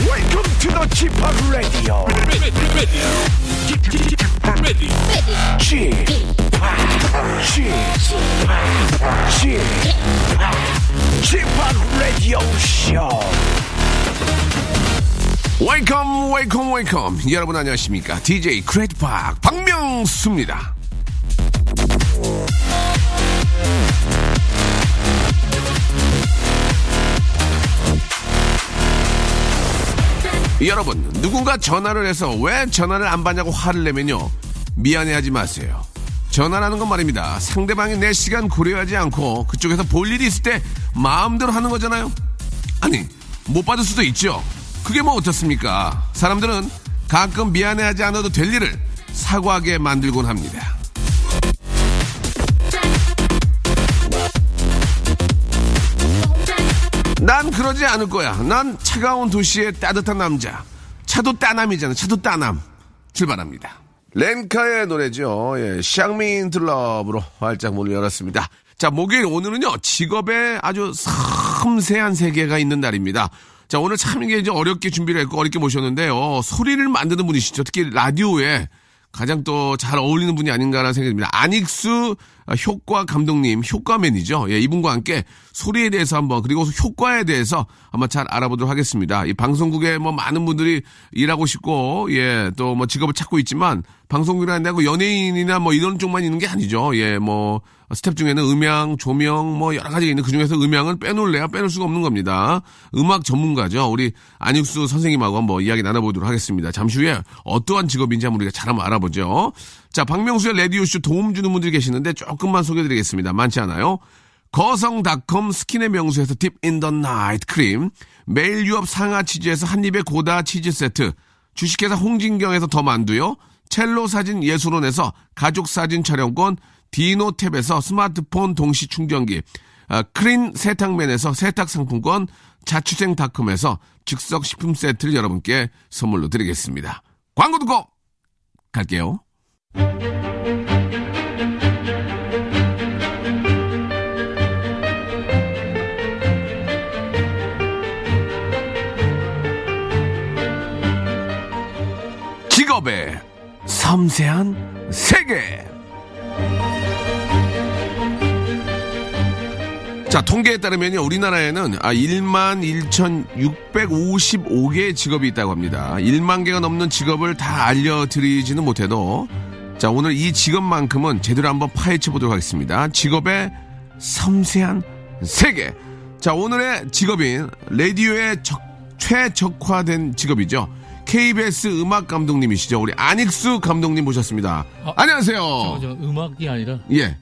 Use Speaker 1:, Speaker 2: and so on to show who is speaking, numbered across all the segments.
Speaker 1: to the Chip Radio.
Speaker 2: ready, ready, ready, ready.
Speaker 1: Chip, Chip, Chip, Chip Radio Show.
Speaker 3: 웨이컴 웨이컴 웨이컴 여러분 안녕하십니까 DJ 크레이트팍 박명수입니다 여러분 누군가 전화를 해서 왜 전화를 안 받냐고 화를 내면요 미안해하지 마세요 전화라는 건 말입니다 상대방이 내 시간 고려하지 않고 그쪽에서 볼 일이 있을 때 마음대로 하는 거잖아요 아니 못 받을 수도 있죠 그게 뭐 어떻습니까 사람들은 가끔 미안해하지 않아도 될 일을 사과하게 만들곤 합니다 난 그러지 않을 거야. 난 차가운 도시의 따뜻한 남자. 차도 따남이잖아. 차도 따남. 출발합니다. 렌카의 노래죠. 예, 샹민 들럽으로 활짝 문을 열었습니다. 자, 목요일 오늘은요, 직업에 아주 섬세한 세계가 있는 날입니다. 자, 오늘 참 이게 이제 어렵게 준비를 했고, 어렵게 모셨는데요. 소리를 만드는 분이시죠. 특히 라디오에 가장 또 잘 어울리는 분이 아닌가라는 생각이 듭니다. 아닉스 효과 감독님, 효과맨이죠. 예, 이분과 함께 소리에 대해서 한번 그리고 효과에 대해서 한번 잘 알아보도록 하겠습니다. 이 방송국에 뭐 많은 분들이 일하고 싶고 예, 또 뭐 직업을 찾고 있지만 방송국이라는 데고 연예인이나 뭐 이런 쪽만 있는 게 아니죠. 예, 뭐 스텝 중에는 음향, 조명 뭐 여러 가지가 있는데 그중에서 음향은 빼놓을래야 빼놓을 수가 없는 겁니다. 음악 전문가죠. 우리 안익수 선생님하고 한번 이야기 나눠보도록 하겠습니다. 잠시 후에 어떠한 직업인지 한번 우리가 잘 한번 알아보죠. 자, 박명수의 라디오쇼 도움 주는 분들이 계시는데 조금만 소개해드리겠습니다. 많지 않아요? 거성닷컴 스킨의 명수에서 딥 인 더 나이트 크림, 매일 유업 상하 치즈에서 한입의 고다 치즈 세트, 주식회사 홍진경에서 더 만두요, 첼로 사진 예술원에서 가족 사진 촬영권, 디노탭에서 스마트폰 동시 충전기, 아, 크린 세탁맨에서 세탁 상품권, 자취생닷컴에서 즉석 식품 세트를 여러분께 선물로 드리겠습니다. 광고 듣고 갈게요. 직업의 섬세한 세계. 자, 통계에 따르면요, 우리나라에는 아, 1만 1,655개의 직업이 있다고 합니다. 1만 개가 넘는 직업을 다 알려드리지는 못해도, 자, 오늘 이 직업만큼은 제대로 한번 파헤쳐 보도록 하겠습니다. 직업의 섬세한 세계. 자, 오늘의 직업인, 라디오에 적- 최적화된 직업이죠. KBS 음악 감독님이시죠. 우리 안익수 감독님 모셨습니다.
Speaker 2: 어,
Speaker 3: 안녕하세요.
Speaker 2: 저거 저 음악이 아니라
Speaker 3: 예.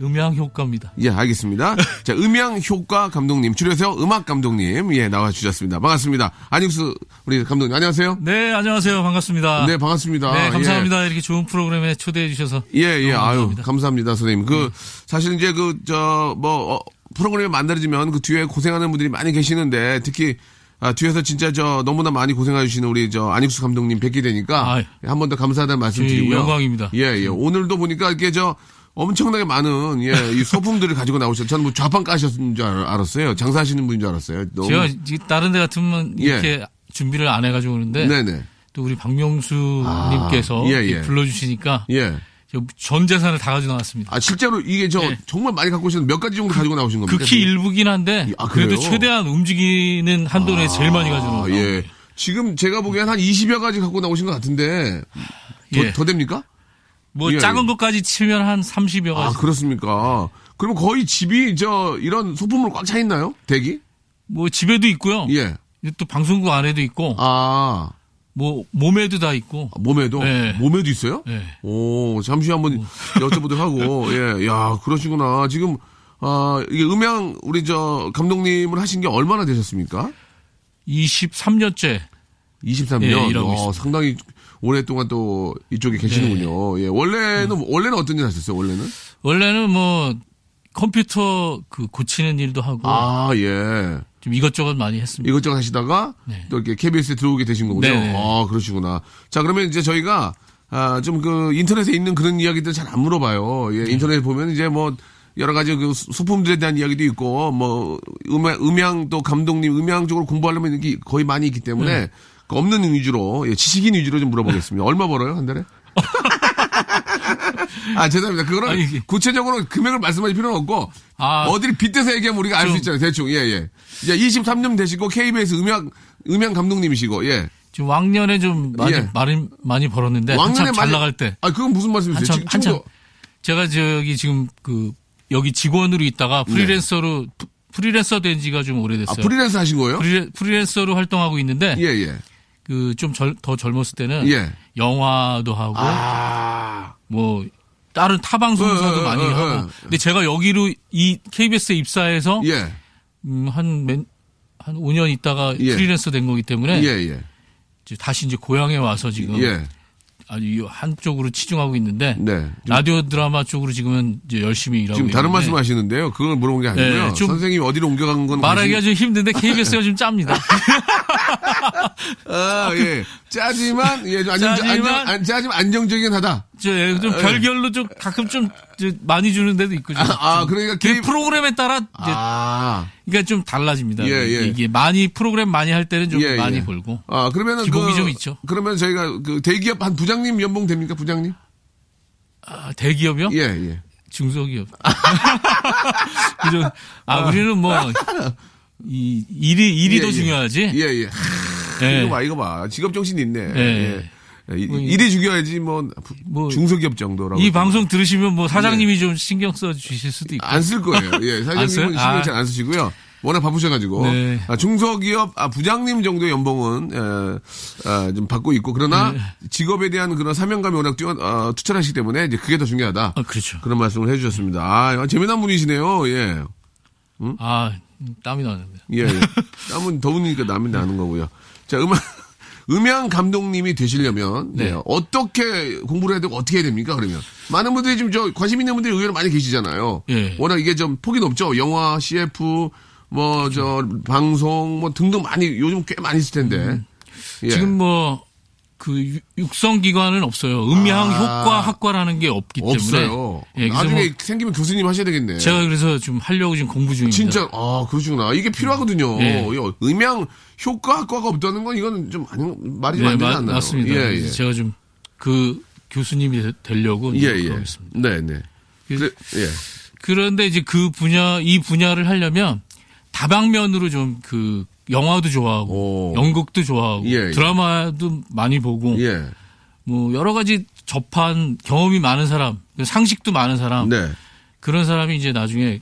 Speaker 2: 음향 효과입니다.
Speaker 3: 예, 알겠습니다. 자, 음향 효과 감독님, 줄여서 음악 감독님, 예, 나와주셨습니다. 반갑습니다. 안익수, 우리 감독님, 안녕하세요.
Speaker 2: 네, 안녕하세요. 반갑습니다.
Speaker 3: 네, 반갑습니다. 아,
Speaker 2: 네, 감사합니다. 이렇게 좋은 프로그램에 초대해 주셔서.
Speaker 3: 예, 예, 예,
Speaker 2: 너무
Speaker 3: 아유,
Speaker 2: 감사합니다. 네.
Speaker 3: 감사합니다, 선생님. 그, 사실 이제 그, 저, 뭐, 어, 프로그램이 만들어지면 그 뒤에 고생하는 분들이 많이 계시는데, 특히, 아, 뒤에서 진짜 저 너무나 많이 고생해주시는 우리 저 안익수 감독님 뵙게 되니까
Speaker 2: 아유.
Speaker 3: 한 번 더 감사하다는 말씀
Speaker 2: 저희
Speaker 3: 드리고요.
Speaker 2: 영광입니다. 음.
Speaker 3: 예, 예. 오늘도 보니까 이게 저 엄청나게 많은 예, 이 소품들을 가지고 나오셨어요. 저는 뭐 좌판 까셨는 줄 알- 알았어요. 장사하시는 분인 줄 알았어요. 너무- 예.
Speaker 2: 제가 이제 다른 데 같으면 이렇게 준비를 안 해가지고 오는데.
Speaker 3: 네네.
Speaker 2: 또 우리 박명수님께서
Speaker 3: 아, 예, 예.
Speaker 2: 불러주시니까.
Speaker 3: 예.
Speaker 2: 저전 재산을 다 가지고 나왔습니다.
Speaker 3: 아, 실제로 이게 저
Speaker 2: 예.
Speaker 3: 정말 많이 갖고 오시는 몇 가지 정도 가지고 나오신 겁니까?
Speaker 2: 극히 일부긴 한데.
Speaker 3: 아, 그래요?
Speaker 2: 그래도 최대한 움직이는 한도에 제일 많이 가지고
Speaker 3: 아,
Speaker 2: 나왔어요.
Speaker 3: 예. 지금 제가 보기엔 한 20여 가지 갖고 나오신 것 같은데 더,
Speaker 2: 예.
Speaker 3: 더 됩니까?
Speaker 2: 뭐
Speaker 3: 예,
Speaker 2: 작은
Speaker 3: 예.
Speaker 2: 것까지 치면 한 30여
Speaker 3: 아,
Speaker 2: 가지.
Speaker 3: 그렇습니까? 그럼 거의 집이 저 이런 소품으로 꽉 차 있나요? 대기?
Speaker 2: 뭐 집에도 있고요.
Speaker 3: 예.
Speaker 2: 또 방송국 안에도 있고.
Speaker 3: 아,
Speaker 2: 뭐 몸에도 다 있고
Speaker 3: 몸에도
Speaker 2: 예.
Speaker 3: 몸에도 있어요?
Speaker 2: 예.
Speaker 3: 오, 잠시 한번 여쭤보도록 하고, 예, 야, 그러시구나. 지금, 아, 이게 음향, 우리 저, 감독님을 하신 게 얼마나 되셨습니까?
Speaker 2: 23년째
Speaker 3: 23년.
Speaker 2: 예, 일하고
Speaker 3: 어,
Speaker 2: 있습니다.
Speaker 3: 상당히 오랫동안 또 이쪽에
Speaker 2: 네.
Speaker 3: 계시는군요. 예, 원래는, 원래는 어떤 일 하셨어요, 원래는?
Speaker 2: 원래는 뭐 컴퓨터 그 고치는 일도 하고
Speaker 3: 아, 예.
Speaker 2: 좀 이것저것 많이 했습니다.
Speaker 3: 이것저것 하시다가
Speaker 2: 네.
Speaker 3: 또 이렇게 KBS에 들어오게 되신 거군요.
Speaker 2: 네네.
Speaker 3: 아, 그러시구나. 자, 그러면 이제 저희가 아, 좀 그 인터넷에 있는 그런 이야기들 잘 안 물어봐요.
Speaker 2: 네.
Speaker 3: 예, 인터넷에 보면 이제 뭐 여러 가지 그 수- 소품들에 대한 이야기도
Speaker 2: 네.
Speaker 3: 있고 뭐 음향, 음향 또 감독님 음향 쪽으로 공부하려면 이게 거의 많이 있기 때문에 그 없는 위주로, 예, 지식인 위주로 좀 물어보겠습니다. 얼마 벌어요, 한 달에? 아, 죄송합니다. 그거는
Speaker 2: 아니, 이게-
Speaker 3: 구체적으로 금액을 말씀하실 필요는 없고,
Speaker 2: 아.
Speaker 3: 어디를 빗대서 얘기하면 우리가 알 수
Speaker 2: 좀-
Speaker 3: 있잖아요. 대충, 예, 예. 이제 23년 되시고, KBS 음향, 음향 감독님이시고, 예.
Speaker 2: 지금 왕년에 좀 많이
Speaker 3: 예.
Speaker 2: 많이, 많이 벌었는데 한참 잘 나갈 때
Speaker 3: 아, 그건 무슨 말씀이세요?
Speaker 2: 네. 한참
Speaker 3: 지금,
Speaker 2: 한참
Speaker 3: 지금도.
Speaker 2: 제가 저기 지금 그 여기 직원으로 있다가 프리랜서로 프- 프리랜서 된 지가 좀
Speaker 3: 네. 아,
Speaker 2: 오래됐어요.
Speaker 3: 프리랜서 하신 거예요?
Speaker 2: 프리, 프리랜서로 활동하고 있는데
Speaker 3: 예, 예.
Speaker 2: 그 좀 더 젊었을 때는
Speaker 3: 예.
Speaker 2: 영화도 하고
Speaker 3: 아.
Speaker 2: 뭐 다른 타
Speaker 3: 어,
Speaker 2: 방송사도
Speaker 3: 어,
Speaker 2: 많이
Speaker 3: 어, 어,
Speaker 2: 하고
Speaker 3: 어.
Speaker 2: 근데 제가 여기로 이 KBS에 입사해서
Speaker 3: 예.
Speaker 2: 음, 한 맨, 한 5년 있다가
Speaker 3: 예.
Speaker 2: 프리랜서 된 거기 때문에
Speaker 3: 예, 예.
Speaker 2: 이제 다시 이제 고향에 와서 지금
Speaker 3: 예.
Speaker 2: 아주 이 한쪽으로 치중하고 있는데
Speaker 3: 네.
Speaker 2: 라디오 드라마 쪽으로 지금은 이제 열심히 일하고
Speaker 3: 지금
Speaker 2: 있는데
Speaker 3: 다른 말씀 하시는데요. 그걸 물어본 게 아니고요.
Speaker 2: 네, 좀-
Speaker 3: 선생님이 어디로 옮겨간 건
Speaker 2: 말하기가 좀 힘든데 KBS가 좀 짭니다.
Speaker 3: 아, 관심- 아, 예. 짜지만 예, 좀 안정,
Speaker 2: 그 짜지만-
Speaker 3: 안정, 안, 짜지만 안정적이긴 하다.
Speaker 2: 저, 예, 좀 별결로 좀 가끔 좀 저, 많이 주는 데도 있고 좀.
Speaker 3: 예. 아, 아, 그러니까
Speaker 2: 그
Speaker 3: 게임
Speaker 2: 프로그램에 따라 이제
Speaker 3: 아.
Speaker 2: 그러니까 좀 달라집니다.
Speaker 3: 예, 예.
Speaker 2: 이게 많이 프로그램 많이 할 때는 좀
Speaker 3: 예,
Speaker 2: 많이
Speaker 3: 예.
Speaker 2: 벌고
Speaker 3: 아, 그러면은
Speaker 2: 기복이
Speaker 3: 그,
Speaker 2: 좀 있죠.
Speaker 3: 그러면 저희가 그 대기업 한 부장님 연봉 됩니까? 부장님?
Speaker 2: 어? 아, 대기업이요?
Speaker 3: 예, 예.
Speaker 2: 중소기업. 그죠? 아, 우리는 뭐, 이, 일이, 일이
Speaker 3: 예,
Speaker 2: 더
Speaker 3: 예.
Speaker 2: 중요하지?
Speaker 3: 예, 예.
Speaker 2: 예.
Speaker 3: 이거 봐, 이거 봐. 직업 정신이 있네. 예.
Speaker 2: 예.
Speaker 3: 이- 일이 중요하지 뭐,
Speaker 2: 뭐
Speaker 3: 중소기업 정도라고.
Speaker 2: 이 방송 들으시면 뭐 사장님이
Speaker 3: 예.
Speaker 2: 좀 신경 써 주실 수도 있고.
Speaker 3: 안 쓸 거예요. 예,
Speaker 2: 안
Speaker 3: 사장님은
Speaker 2: 써요?
Speaker 3: 신경
Speaker 2: 아.
Speaker 3: 잘 안 쓰시고요. 워낙 바쁘셔가지고
Speaker 2: 네.
Speaker 3: 아, 중소기업 아, 부장님 정도의 연봉은 에, 아, 좀 받고 있고 그러나
Speaker 2: 네.
Speaker 3: 직업에 대한 그런 사명감이 워낙 뛰어 어, 투철하시기 때문에 이제 그게 더 중요하다.
Speaker 2: 아, 그렇죠.
Speaker 3: 그런 말씀을 해주셨습니다. 아, 재미난 분이시네요. 예,
Speaker 2: 아, 땀이 나는데.
Speaker 3: 예. 예. 땀은 더우니까 남이 나는 거고요. 자, 음악 음향 감독님이 되시려면
Speaker 2: 네.
Speaker 3: 예, 어떻게 공부를 해야 되고 어떻게 해야 됩니까? 그러면 많은 분들이 지금 저 관심 있는 분들이 의외로 많이 계시잖아요.
Speaker 2: 예.
Speaker 3: 워낙 이게 좀 폭이 높죠. 영화, CF, 뭐 저 방송 뭐 등등 많이 요즘 꽤 많이 있을 텐데. 예.
Speaker 2: 음. 지금 뭐, 그 유- 육성기관은 없어요. 음향
Speaker 3: 아.
Speaker 2: 효과 학과라는 게 없기 때문에.
Speaker 3: 없어요.
Speaker 2: 예, 그래서
Speaker 3: 나중에
Speaker 2: 뭐
Speaker 3: 생기면 교수님 하셔야 되겠네.
Speaker 2: 제가 그래서 좀 하려고 지금 공부 중입니다.
Speaker 3: 진짜 아 그러시구나 이게 필요하거든요.
Speaker 2: 예.
Speaker 3: 이 음향 효과 학과가 없다는 건 이건 좀 아니 말이 좀
Speaker 2: 네,
Speaker 3: 안 되지
Speaker 2: 마-
Speaker 3: 않나요? 예,
Speaker 2: 맞습니다.
Speaker 3: 예.
Speaker 2: 그래서 제가 좀 그 교수님이 되- 되려고
Speaker 3: 예,
Speaker 2: 노력하고
Speaker 3: 예.
Speaker 2: 있습니다.
Speaker 3: 네, 네.
Speaker 2: 그래서
Speaker 3: 그래, 예.
Speaker 2: 그런데 이제 그 분야 이 분야를 하려면 다방면으로 좀 그 영화도 좋아하고
Speaker 3: 오.
Speaker 2: 연극도 좋아하고
Speaker 3: 예, 예.
Speaker 2: 드라마도 많이 보고
Speaker 3: 예.
Speaker 2: 뭐 여러 가지 접한 경험이 많은 사람 상식도 많은 사람
Speaker 3: 네.
Speaker 2: 그런 사람이 이제 나중에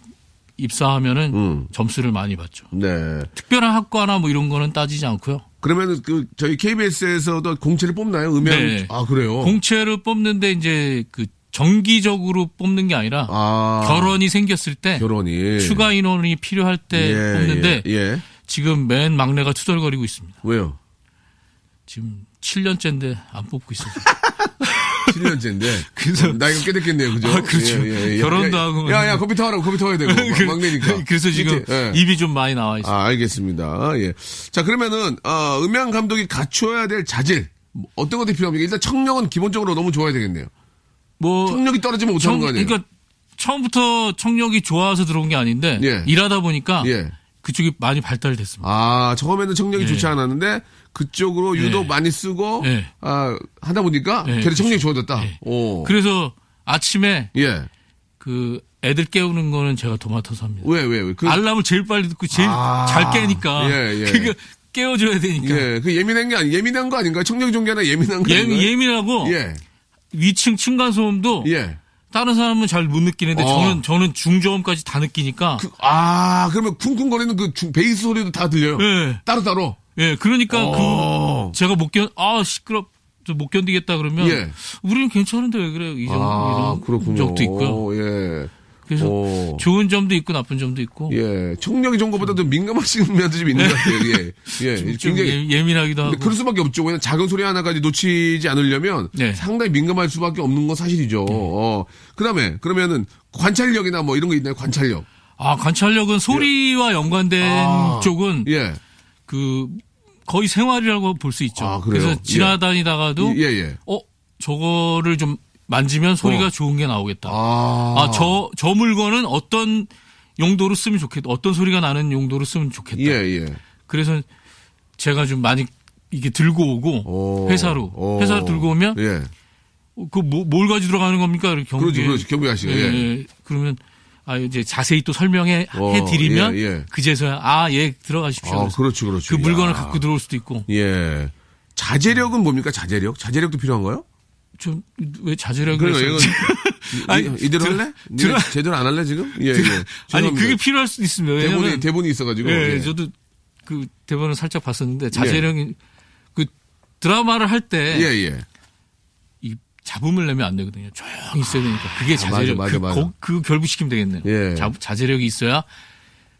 Speaker 2: 입사하면은
Speaker 3: 음.
Speaker 2: 점수를 많이 받죠.
Speaker 3: 네.
Speaker 2: 특별한 학과나 뭐 이런 거는 따지지 않고요.
Speaker 3: 그러면 그 저희 KBS에서도 공채를 뽑나요? 음향.
Speaker 2: 네.
Speaker 3: 아, 그래요.
Speaker 2: 공채를 뽑는데 이제 그 정기적으로 뽑는 게 아니라
Speaker 3: 아.
Speaker 2: 결혼이 생겼을 때
Speaker 3: 결혼이
Speaker 2: 추가 인원이 필요할 때
Speaker 3: 예,
Speaker 2: 뽑는데
Speaker 3: 예, 예.
Speaker 2: 지금 맨 막내가 투덜거리고 있습니다.
Speaker 3: 왜요?
Speaker 2: 지금 7년째인데 안 뽑고 있어요.
Speaker 3: 7년째인데. 어,
Speaker 2: 그래서-
Speaker 3: 나이가 꽤 됐겠네요. 그죠? 예,
Speaker 2: 아, 그렇죠. 결혼도
Speaker 3: 야,
Speaker 2: 하고
Speaker 3: 야, 야, 컴퓨터 하라고 컴퓨터 해야 되고. 그, 막- 막내니까.
Speaker 2: 그, 그래서 지금
Speaker 3: 밑에, 예.
Speaker 2: 입이 좀 많이 나와 있어요.
Speaker 3: 아, 알겠습니다. 예. 자, 그러면은, 어, 음향 감독이 갖춰야 될 자질. 뭐 어떤 것들이 필요합니까? 일단 청력은 기본적으로 너무 좋아야 되겠네요.
Speaker 2: 뭐
Speaker 3: 청력이 떨어지면 못하는
Speaker 2: 청-
Speaker 3: 거 아니에요?
Speaker 2: 그러니까 처음부터 청력이 좋아서 들어온 게 아닌데
Speaker 3: 예.
Speaker 2: 일하다 보니까
Speaker 3: 예.
Speaker 2: 그쪽이 많이 발달됐습니다.
Speaker 3: 아, 처음에는 청력이
Speaker 2: 예.
Speaker 3: 좋지 않았는데 그쪽으로 유독
Speaker 2: 예.
Speaker 3: 많이 쓰고
Speaker 2: 예.
Speaker 3: 아, 하다 보니까
Speaker 2: 예,
Speaker 3: 걔걔 청력이
Speaker 2: 그렇죠.
Speaker 3: 좋아졌다.
Speaker 2: 예.
Speaker 3: 오.
Speaker 2: 그래서 아침에
Speaker 3: 예.
Speaker 2: 그 애들 깨우는 거는 제가 도맡아서 합니다.
Speaker 3: 왜, 왜, 왜. 그,
Speaker 2: 알람을 제일 빨리 듣고 제일
Speaker 3: 아.
Speaker 2: 잘 깨니까
Speaker 3: 예, 예.
Speaker 2: 그게 깨워줘야 되니까
Speaker 3: 예. 그 예민한 게 아니, 예민한 거 아닌가요? 청력 좋은 게 아니라 예민한 거 아닌가요?
Speaker 2: 예, 민하고
Speaker 3: 예.
Speaker 2: 위층 층간 소음도
Speaker 3: 예.
Speaker 2: 다른 사람은 잘 못 느끼는데
Speaker 3: 어.
Speaker 2: 저는 저는 중저음까지 다 느끼니까
Speaker 3: 그, 아, 그러면 쿵쿵거리는 그 중- 베이스 소리도 다 들려요.
Speaker 2: 예.
Speaker 3: 따로따로.
Speaker 2: 예 그러니까
Speaker 3: 어.
Speaker 2: 그 제가 못견아 시끄럽 못 견디겠다 그러면
Speaker 3: 예.
Speaker 2: 우리는 괜찮은데 왜 그래 이 정도
Speaker 3: 아,
Speaker 2: 이런
Speaker 3: 그렇군요.
Speaker 2: 적도 있고요.
Speaker 3: 오, 예.
Speaker 2: 그래서
Speaker 3: 오.
Speaker 2: 좋은 점도 있고 나쁜 점도 있고
Speaker 3: 예. 청력이 좋은 것보다 더 민감하신 면도 좀 있는 것 같아요. 예. 예.
Speaker 2: 좀
Speaker 3: 굉장히
Speaker 2: 예, 민하기도 하고
Speaker 3: 근데 그럴 수밖에 없죠. 왜냐면 작은 소리 하나까지 놓치지 않으려면
Speaker 2: 네.
Speaker 3: 상당히 민감할 수밖에 없는 건 사실이죠. 어. 그다음에 그러면은 관찰력이나 뭐 이런 거 있나요? 관찰력.
Speaker 2: 아 관찰력은 소리와 연관된
Speaker 3: 예. 아.
Speaker 2: 쪽은
Speaker 3: 예.
Speaker 2: 그 거의 생활이라고 볼 수 있죠.
Speaker 3: 아, 그래요?
Speaker 2: 그래서 지나다니다가도
Speaker 3: 예, 예.
Speaker 2: 어 저거를 좀 만지면 소리가
Speaker 3: 어.
Speaker 2: 좋은 게 나오겠다.
Speaker 3: 아.
Speaker 2: 아, 저, 저 물건은 어떤 용도로 쓰면 좋겠다. 어떤 소리가 나는 용도로 쓰면 좋겠다.
Speaker 3: 예, 예.
Speaker 2: 그래서 제가 좀 많이 이게 들고 오고
Speaker 3: 오.
Speaker 2: 회사로
Speaker 3: 오.
Speaker 2: 회사로 들고 오면
Speaker 3: 예.
Speaker 2: 그 뭘 가지고 들어가는 겁니까? 이렇게 경비에.
Speaker 3: 그러지, 그러지. 경비 아저씨가, 예.
Speaker 2: 그러면 아 이제 자세히 또 설명해
Speaker 3: 어,
Speaker 2: 해 드리면
Speaker 3: 예, 예.
Speaker 2: 그제서야 아 예 들어가십시오.
Speaker 3: 아,
Speaker 2: 그래서
Speaker 3: 그렇죠, 그렇죠.
Speaker 2: 그 물건을
Speaker 3: 야.
Speaker 2: 갖고 들어올 수도 있고
Speaker 3: 예. 자제력은 뭡니까? 자제력? 자제력도 필요한가요?
Speaker 2: 좀 왜 자제력을
Speaker 3: 그래요.
Speaker 2: 했어요?
Speaker 3: 그러니까 이건
Speaker 2: 그렇죠. 아니,
Speaker 3: 이- 이대로
Speaker 2: 들어-
Speaker 3: 할래? 니네
Speaker 2: 들어-
Speaker 3: 제대로 안 할래 지금? 예, 예.
Speaker 2: 아니
Speaker 3: 죄송합니다.
Speaker 2: 그게 필요할 수도 있습니다.
Speaker 3: 대본이
Speaker 2: 왜냐면
Speaker 3: 대본이 있어가지고.
Speaker 2: 예,
Speaker 3: 예.
Speaker 2: 저도 그 대본을 살짝 봤었는데 자제력이 그 드라마를 할 때
Speaker 3: 예,
Speaker 2: 이
Speaker 3: 예.
Speaker 2: 잡음을 내면 안 되거든요. 조용히 있어야 되니까 그게
Speaker 3: 맞아,
Speaker 2: 자제력.
Speaker 3: 맞아,
Speaker 2: 그,
Speaker 3: 맞아.
Speaker 2: 거- 그 결부시키면 되겠네요.
Speaker 3: 예.
Speaker 2: 자, 자제력이 있어야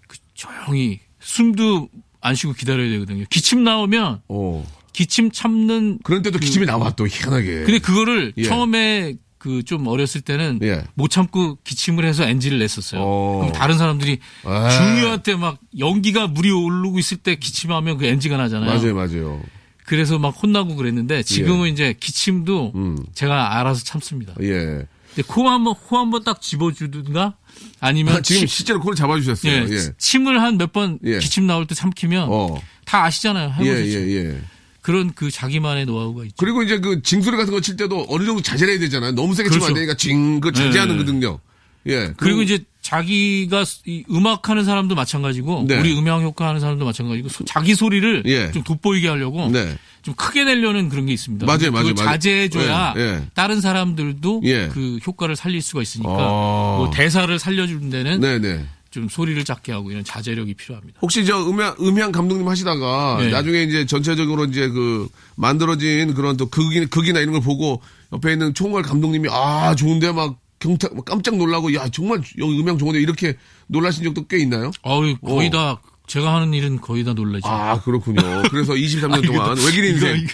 Speaker 2: 그 조용히 숨도 안 쉬고 기다려야 되거든요. 기침 나오면
Speaker 3: 오.
Speaker 2: 기침 참는
Speaker 3: 어. 그런 때도 기침이 나와 또 희한하게.
Speaker 2: 근데 음. 그거를
Speaker 3: 예.
Speaker 2: 처음에 그 좀 어렸을 때는
Speaker 3: 예.
Speaker 2: 못 참고 기침을 해서 NG를 냈었어요.
Speaker 3: 어.
Speaker 2: 그럼 다른 사람들이
Speaker 3: 아.
Speaker 2: 중요한 때 막 연기가 물이 오르고 있을 때 기침하면 그 NG가 나잖아요.
Speaker 3: 맞아요, 예. 맞아요.
Speaker 2: 그래서 막 혼나고 그랬는데 지금은 이제 기침도
Speaker 3: 음.
Speaker 2: 제가 알아서 참습니다.
Speaker 3: 예.
Speaker 2: 근데 코한번코 한 번 딱 집어주든가 아니면
Speaker 3: 아, 지금
Speaker 2: 침-
Speaker 3: 실제로 코를 잡아주셨어요.
Speaker 2: 예,
Speaker 3: 예.
Speaker 2: 침을 한 몇 번
Speaker 3: 예.
Speaker 2: 기침 나올 때 삼키면
Speaker 3: 어.
Speaker 2: 다 아시잖아요.
Speaker 3: 예,
Speaker 2: 해보셨죠.
Speaker 3: 예, 예.
Speaker 2: 그런 그 자기만의 노하우가 있죠.
Speaker 3: 그리고 이제 그 징소리 같은 거 칠 때도 어느 정도 자제해야 되잖아요. 너무 세게 치면 안
Speaker 2: 그렇죠.
Speaker 3: 되니까 징, 그 자제하는
Speaker 2: 예, 예.
Speaker 3: 거든요. 예.
Speaker 2: 그리고 이제 자기가 이 음악하는 사람도 마찬가지고
Speaker 3: 네.
Speaker 2: 우리 음향 효과하는 사람도 마찬가지고 소- 자기 소리를
Speaker 3: 예.
Speaker 2: 좀 돋보이게 하려고
Speaker 3: 네.
Speaker 2: 좀 크게 내려는 그런 게 있습니다.
Speaker 3: 맞아요,
Speaker 2: 그걸
Speaker 3: 맞아요, 맞아요.
Speaker 2: 자제해줘야
Speaker 3: 예, 예.
Speaker 2: 다른 사람들도
Speaker 3: 예.
Speaker 2: 그 효과를 살릴 수가 있으니까
Speaker 3: 아.
Speaker 2: 뭐 대사를 살려주는 데는
Speaker 3: 네네.
Speaker 2: 좀 소리를 작게 하고 이런 자제력이 필요합니다.
Speaker 3: 혹시 저 음향, 음향 감독님 하시다가
Speaker 2: 네.
Speaker 3: 나중에 이제 전체적으로 이제 그 만들어진 그런 또 극이, 극이나 이런 걸 보고 옆에 있는 총괄 감독님이 아, 좋은데 막 경탁, 막 깜짝 놀라고 야, 정말 여기 음향 좋은데 이렇게 놀라신 적도 꽤 있나요?
Speaker 2: 어우 거의
Speaker 3: 오.
Speaker 2: 다 제가 하는 일은 거의 다 놀라죠.
Speaker 3: 아, 그렇군요. 그래서 23년 동안 외길 인생.
Speaker 2: 이거-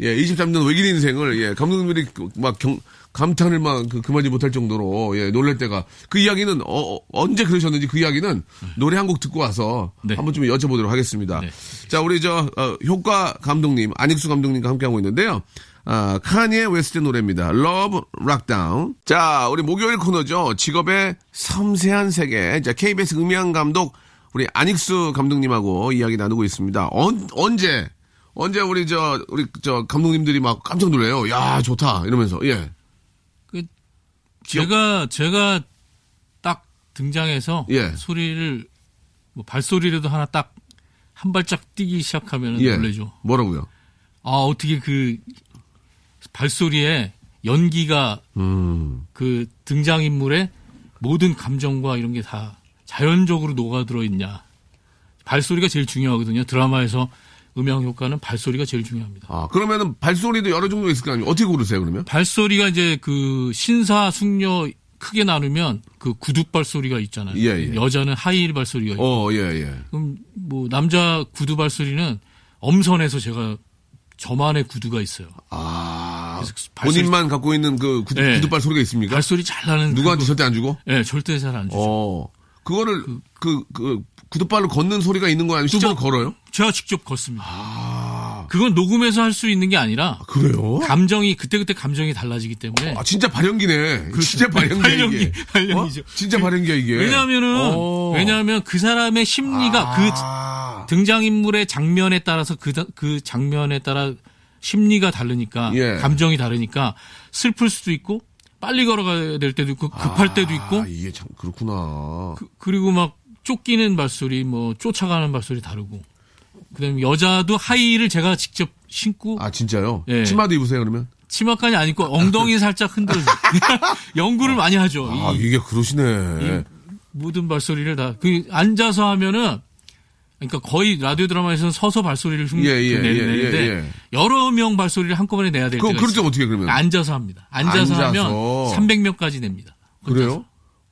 Speaker 3: 예, 23년 외길 인생을 예, 감독님들이 그막 경, 감탄을 막 그, 그만지 못할 정도로 예, 놀랄 때가 그 이야기는 어, 어, 언제 그러셨는지 그 이야기는 노래 한 곡 듣고 와서
Speaker 2: 네.
Speaker 3: 한번 좀 여쭤보도록 하겠습니다.
Speaker 2: 네.
Speaker 3: 자, 우리 저 어, 효과 감독님, 안익수 감독님과 함께 하고 있는데요. 아, 카니에 웨스트 노래입니다. Love Rockdown. 자, 우리 목요일 코너죠. 직업의 섬세한 세계. 자, KBS 음향 감독 우리 안익수 감독님하고 이야기 나누고 있습니다. 언, 언제 언제 우리 저 우리 저 감독님들이 막 깜짝 놀래요. 야, 좋다. 이러면서. 예.
Speaker 2: 그 제가 제가 딱 등장해서
Speaker 3: 예.
Speaker 2: 소리를 뭐 발소리라도 하나 딱 한 발짝 뛰기 시작하면
Speaker 3: 예.
Speaker 2: 놀래죠.
Speaker 3: 뭐라고요?
Speaker 2: 아 어떻게 그 발소리에 연기가
Speaker 3: 음.
Speaker 2: 그 등장 인물의 모든 감정과 이런 게 다 자연적으로 녹아 들어 있냐. 발소리가 제일 중요하거든요. 드라마에서 음향 효과는 발소리가 제일 중요합니다.
Speaker 3: 아, 그러면은 발소리도 여러 종류 있을 거 아니에요. 어떻게 고르세요, 그러면?
Speaker 2: 발소리가 이제 그 신사 숙녀 크게 나누면 그 구두 발소리가 있잖아요.
Speaker 3: 예, 예.
Speaker 2: 여자는 하이힐 발소리가 있고
Speaker 3: 어, 예, 예.
Speaker 2: 그럼 뭐 남자 구두 발소리는 엄선해서 제가 저만의 구두가 있어요.
Speaker 3: 아.
Speaker 2: 그래서 발소리-
Speaker 3: 본인만 갖고 있는 그 구두,
Speaker 2: 예.
Speaker 3: 구두발 소리가 있습니까?
Speaker 2: 발소리 잘 나는
Speaker 3: 누구한테 절대 안 주고?
Speaker 2: 예, 절대 잘 안 주죠.
Speaker 3: 어. 그거를 그, 그, 구두발로 걷는 소리가 있는 거 아니면 실제로
Speaker 2: 번-
Speaker 3: 걸어요?
Speaker 2: 제가 직접 걷습니다. 그건 녹음해서 할 수 있는 게 아니라
Speaker 3: 그래요?
Speaker 2: 감정이 그때그때 감정이 달라지기 때문에
Speaker 3: 아, 진짜 발연기네. 진짜 발연기야,
Speaker 2: 네. 그렇죠. 발령이
Speaker 3: 이게.
Speaker 2: 발령이죠.
Speaker 3: 어? 진짜 발연기야, 이게.
Speaker 2: 왜냐하면은
Speaker 3: 어.
Speaker 2: 왜냐하면 그 사람의 심리가
Speaker 3: 아.
Speaker 2: 그 등장 인물의 장면에 따라서 그, 다- 그 장면에 따라 심리가 다르니까
Speaker 3: 예.
Speaker 2: 감정이 다르니까 슬플 수도 있고 빨리 걸어가야 될 때도 있고 급할 때도 있고
Speaker 3: 아, 이게 참 그렇구나.
Speaker 2: 그, 리고막 쫓기는 발소리 뭐 쫓아가는 발소리 다르고 그다음에 여자도 하이힐을 제가 직접 신고
Speaker 3: 아, 진짜요?
Speaker 2: 예.
Speaker 3: 치마도 입으세요, 그러면?
Speaker 2: 치마까지 안 입고 엉덩이 살짝 흔들어 연구를 많이 하죠. 이-
Speaker 3: 아, 이게 그러시네.
Speaker 2: 모든 발소리를 다, 그, 앉아서 하면은, 그러니까 거의 라디오 드라마에서는 서서 발소리를 흉,
Speaker 3: 예, 예,
Speaker 2: 내-
Speaker 3: 예,
Speaker 2: 내는데,
Speaker 3: 예, 예.
Speaker 2: 여러 명 발소리를 한꺼번에 내야 될
Speaker 3: 그럼,
Speaker 2: 때가
Speaker 3: 그럴 때
Speaker 2: 있어요.
Speaker 3: 어떻게, 그러면?
Speaker 2: 앉아서 합니다. 앉아서,
Speaker 3: 앉아서.
Speaker 2: 하면 300명까지 냅니다. 혼자서.
Speaker 3: 그래요?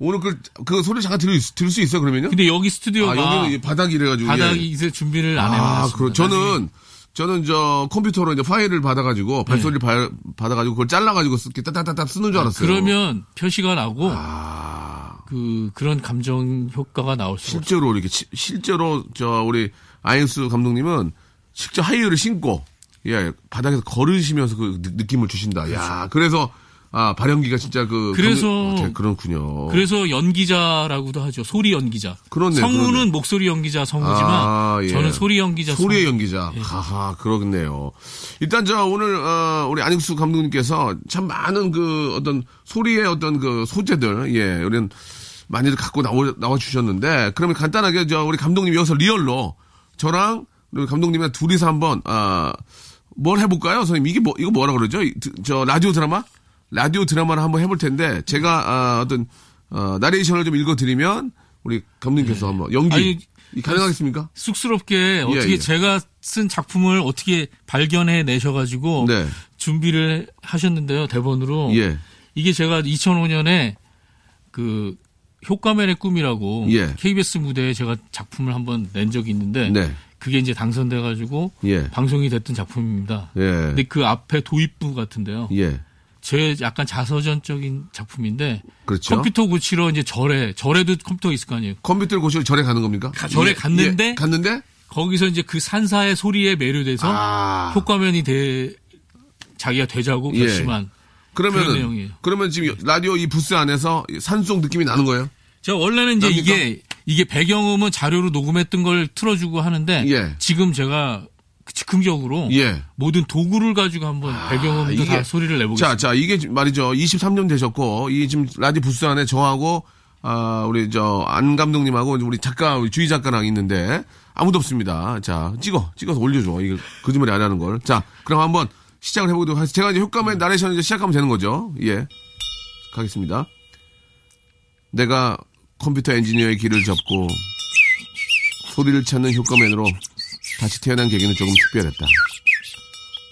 Speaker 3: 오늘 그, 그 소리 잠깐 들을, 수- 들을 수 있어요, 그러면요?
Speaker 2: 근데 여기
Speaker 3: 아,
Speaker 2: 스튜디오가
Speaker 3: 여기는 이 바닥이 이래가지고. 예.
Speaker 2: 바닥이 이제 준비를 안 해놨습니다.
Speaker 3: 아, 그럼 저는 저는 저 컴퓨터로 이제 파일을 받아가지고 발소리를 발- 받아가지고 그걸 잘라가지고 쓰게 따따따따 쓰는 줄 알았어요.
Speaker 2: 네. 아, 그러면 표시가 나고,
Speaker 3: 아,
Speaker 2: 그, 그런 감정 효과가 나올 수 있어요.
Speaker 3: 실제로 이렇게 시- 실제로 저 우리 아인스 감독님은 직접 하이힐을 신고 예 바닥에서 걸으시면서 그 느- 느낌을 주신다. 야 그래서 아, 발연기가 진짜 그.
Speaker 2: 그렇죠. 그래서-
Speaker 3: 그, 그렇군요.
Speaker 2: 그래서 연기자라고도 하죠. 소리 연기자.
Speaker 3: 그렇네,
Speaker 2: 성우는
Speaker 3: 그러네.
Speaker 2: 목소리 연기자 성우지만
Speaker 3: 아, 예.
Speaker 2: 저는 소리 연기자 예.
Speaker 3: 소리의
Speaker 2: 성우.
Speaker 3: 연기자. 하하, 그러겠네요. 일단 저 오늘 어, 우리 안익수 감독님께서 참 많은 그 어떤 소리의 어떤 그 소재들 예, 우리는 많이들 갖고 나오, 나와 주셨는데 그러면 간단하게 저 우리 감독님 여기서 리얼로 저랑 우리 감독님이랑 둘이서 한번 아, 뭘 해볼까요, 선생님? 이게 뭐 이거 뭐라 그러죠? 이 드- 저 라디오 드라마? 라디오 드라마를 한번 해볼 텐데 제가 아, 어떤 어, 나레이션을 좀 읽어드리면 우리 감독님께서 한번 연기
Speaker 2: 네. 아니,
Speaker 3: 이 가능하겠습니까?
Speaker 2: 쑥스럽게 어떻게
Speaker 3: 예.
Speaker 2: 제가 쓴 작품을 어떻게 발견해 내셔가지고
Speaker 3: 네.
Speaker 2: 준비를 하셨는데요 대본으로
Speaker 3: 예.
Speaker 2: 이게 제가 2005년에 그 효과맨의 꿈이라고
Speaker 3: 예.
Speaker 2: KBS 무대에 제가 작품을 한번 낸 적이 있는데
Speaker 3: 네.
Speaker 2: 그게 이제 당선돼가지고
Speaker 3: 예.
Speaker 2: 방송이 됐던 작품입니다.
Speaker 3: 예.
Speaker 2: 근데 그 앞에 도입부 같은데요.
Speaker 3: 예.
Speaker 2: 제 약간 자서전적인 작품인데
Speaker 3: 그렇죠.
Speaker 2: 컴퓨터 고치러 이제 절에 절에도 컴퓨터가 있을 거 아니에요.
Speaker 3: 컴퓨터를 고시러 절에 가는 겁니까? 예.
Speaker 2: 가- 절에 갔는데?
Speaker 3: 갔는데?
Speaker 2: 거기서 이제 그 산사의 소리에 매료돼서
Speaker 3: 아.
Speaker 2: 효과면이 돼 자기가 되자고
Speaker 3: 예.
Speaker 2: 결심한 그런
Speaker 3: 그러면은
Speaker 2: 내용이에요.
Speaker 3: 그러면 지금 라디오 이 부스 안에서 산속 느낌이 나는 거예요?
Speaker 2: 제가 원래는 이제
Speaker 3: 납니까?
Speaker 2: 이게 이게 배경음은 자료로 녹음했던 걸 틀어주고 하는데
Speaker 3: 예.
Speaker 2: 지금 제가 즉흥적으로
Speaker 3: 예. 아,
Speaker 2: 모든 도구를 가지고 한번 배경음도
Speaker 3: 이게-
Speaker 2: 다 소리를
Speaker 3: 자,
Speaker 2: 내보겠습니다.
Speaker 3: 자, 이게 지금 말이죠. 23년 되셨고 이 지금 라디오 부스 안에 저하고 아, 우리 저 안 감독님하고 우리 작가 우리 주희 작가랑 있는데 아무도 없습니다. 자, 찍어. 찍어서 올려 줘. 이거 거짓말이 안 하는 걸. 자, 그럼 한번 시작을 해 보도록 하겠습니다. 제가 이제 효과만 나레이션 이제 시작하면 되는 거죠. 예. 가겠습니다. 내가 컴퓨터 엔지니어의 길을 접고 소리를 찾는 효과맨으로 다시 태어난 계기는 조금 특별했다.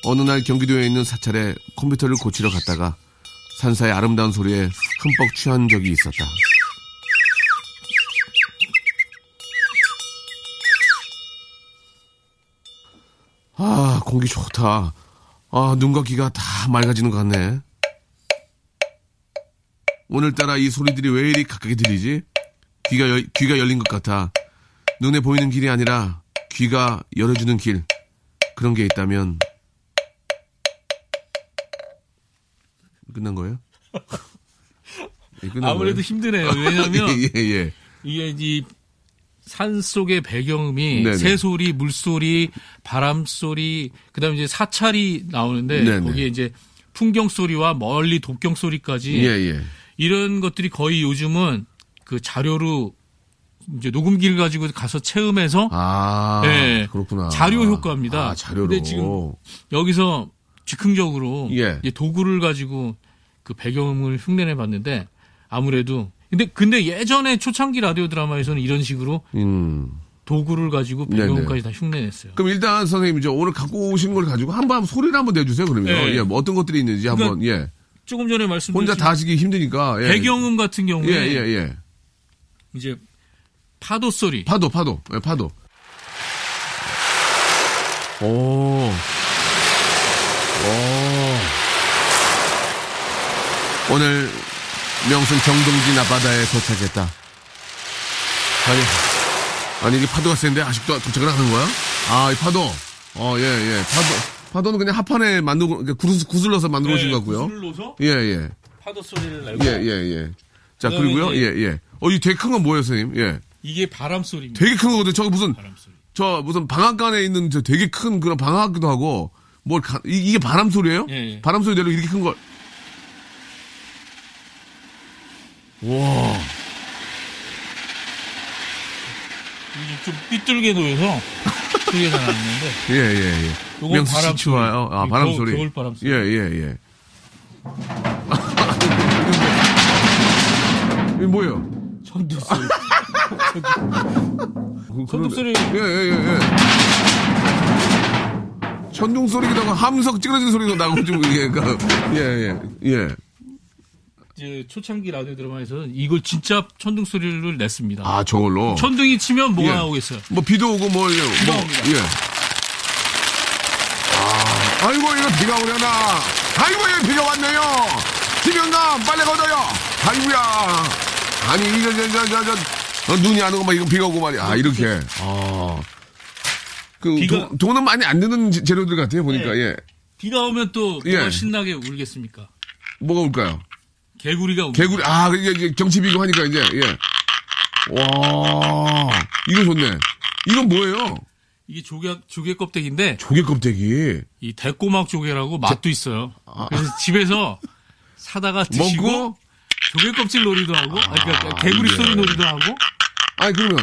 Speaker 3: 어느 날 경기도에 있는 사찰에 컴퓨터를 고치러 갔다가 산사의 아름다운 소리에 흠뻑 취한 적이 있었다. 아, 공기 좋다. 아, 눈과 귀가 다 맑아지는 것 같네. 오늘따라 이 소리들이 왜 이리 가깝게 들리지? 귀가, 열- 귀가 열린 것 같아. 눈에 보이는 길이 아니라 귀가 열어주는 길. 그런 게 있다면 끝난 거예요? 예, 끝난
Speaker 2: 아무래도
Speaker 3: 거예요?
Speaker 2: 힘드네요. 왜냐하면
Speaker 3: 예, 예, 예.
Speaker 2: 이게 이제 산 속의 배경음이
Speaker 3: 네네.
Speaker 2: 새소리, 물소리, 바람소리, 그다음에 이제 사찰이 나오는데
Speaker 3: 네네.
Speaker 2: 거기에 이제 풍경 소리와 멀리 독경 소리까지
Speaker 3: 예, 예.
Speaker 2: 이런 것들이 거의 요즘은 그 자료로 이제 녹음기를 가지고 가서 체험해서
Speaker 3: 아,
Speaker 2: 예,
Speaker 3: 그렇구나.
Speaker 2: 자료 효과입니다.
Speaker 3: 아, 자료로.
Speaker 2: 근데 지금 여기서 즉흥적으로
Speaker 3: 예.
Speaker 2: 이제 도구를 가지고 그 배경음을 흉내내 봤는데 아무래도 근데 근데 예전에 초창기 라디오 드라마에서는 이런 식으로
Speaker 3: 음.
Speaker 2: 도구를 가지고
Speaker 3: 네,
Speaker 2: 배경음까지 다 흉내냈어요.
Speaker 3: 그럼 일단 선생님 이제 오늘 갖고 오신 걸 가지고 한번 소리를 한번 내주세요. 그러면
Speaker 2: 예.
Speaker 3: 예, 뭐 어떤 것들이 있는지 한번 예
Speaker 2: 조금 전에
Speaker 3: 혼자
Speaker 2: 말씀드린 그
Speaker 3: 다 하시기 힘드니까 예.
Speaker 2: 배경음 같은 경우에
Speaker 3: 예예 예, 예.
Speaker 2: 이제 파도 소리,
Speaker 3: 파도 파도 예, 파도 오. 오. 오늘 명승 정동진 앞바다에 도착했다. 아니, 아니 이게 파도가 센데 아직도 도착을 안 하는 거야? 아, 이 파도. 어, 예, 예. 파도. 파도는 그냥 합판에 만들고 그러니까 구슬- 구슬러서 만들어
Speaker 2: 네,
Speaker 3: 오신 거고요.
Speaker 2: 서
Speaker 3: 예, 예.
Speaker 2: 파도 소리를 내고
Speaker 3: 예, 예, 예. 자,
Speaker 2: 그다음에
Speaker 3: 그리고요.
Speaker 2: 이제-
Speaker 3: 예, 예. 어, 이 되게 큰 건 뭐예요, 선생님? 예.
Speaker 2: 이게 바람 소리입니다.
Speaker 3: 되게 큰 거거든. 저거 무슨
Speaker 2: 바람 소리.
Speaker 3: 저 무슨 방앗간에 있는 저 되게 큰 그런 방앗기도 하고 뭘 가- 이, 게 바람 소리예요?
Speaker 2: 예, 예.
Speaker 3: 바람 소리대로 이렇게 큰 걸. 와.
Speaker 2: 이게 좀 삐뚤게 놓여서 소리가 잘 나는데
Speaker 3: 예, 예, 예.
Speaker 2: 요건
Speaker 3: 명수 씨
Speaker 2: 바람
Speaker 3: 좋아요.
Speaker 2: 소리.
Speaker 3: 아,
Speaker 2: 이
Speaker 3: 바람
Speaker 2: 겨울-
Speaker 3: 소리.
Speaker 2: 겨울 바람 소리.
Speaker 3: 예, 예, 예. 이게 뭐예요?
Speaker 2: 천둥 소리.
Speaker 3: 그-
Speaker 2: 천둥
Speaker 3: 그런-
Speaker 2: 소리.
Speaker 3: 예, 예, 예, 예. 천둥 소리기도 하고 함석 찌그러진 소리도 나고 좀 이게 그러니까 예, 예, 예.
Speaker 2: 이제 초창기 라디오 드라마에서는 이걸 진짜 천둥 소리를 냈습니다.
Speaker 3: 아, 저걸로.
Speaker 2: 천둥이 치면 뭐가
Speaker 3: 예.
Speaker 2: 나오겠어요?
Speaker 3: 뭐 비도 오고 뭐, 예,
Speaker 2: 비가
Speaker 3: 뭐,
Speaker 2: 옵니다.
Speaker 3: 예. 아, 아이고 이거 비가 오려나. 아이고 예, 비가 왔네요. 김영감 빨래 걷어요. 아이고야. 아니 이거 저저저 저, 어, 눈이 안 오고 막 이거 비가 오고 말이야. 아 이렇게. 아. 그
Speaker 2: 비가-
Speaker 3: 돈, 은은 많이 안 드는 재- 재료들 같아요 보니까
Speaker 2: 네.
Speaker 3: 예.
Speaker 2: 비가 오면 또
Speaker 3: 예.
Speaker 2: 뭐가 신나게 울겠습니까?
Speaker 3: 뭐가 올까요?
Speaker 2: 개구리가 옵니다.
Speaker 3: 개구리, 아, 이게, 이게 경치비고 하니까 이제, 예. 와, 이거 좋네. 이건 뭐예요?
Speaker 2: 이게 조개 조개 껍데기인데
Speaker 3: 조개 껍데기.
Speaker 2: 이 대꼬막 조개라고 맛도 있어요. 그래서 집에서 사다가 드시고
Speaker 3: 아. 먹고?
Speaker 2: 조개 껍질 놀이도 하고 아니, 그러니까 개구리
Speaker 3: 예.
Speaker 2: 소리 놀이도 하고
Speaker 3: 아니, 그러면,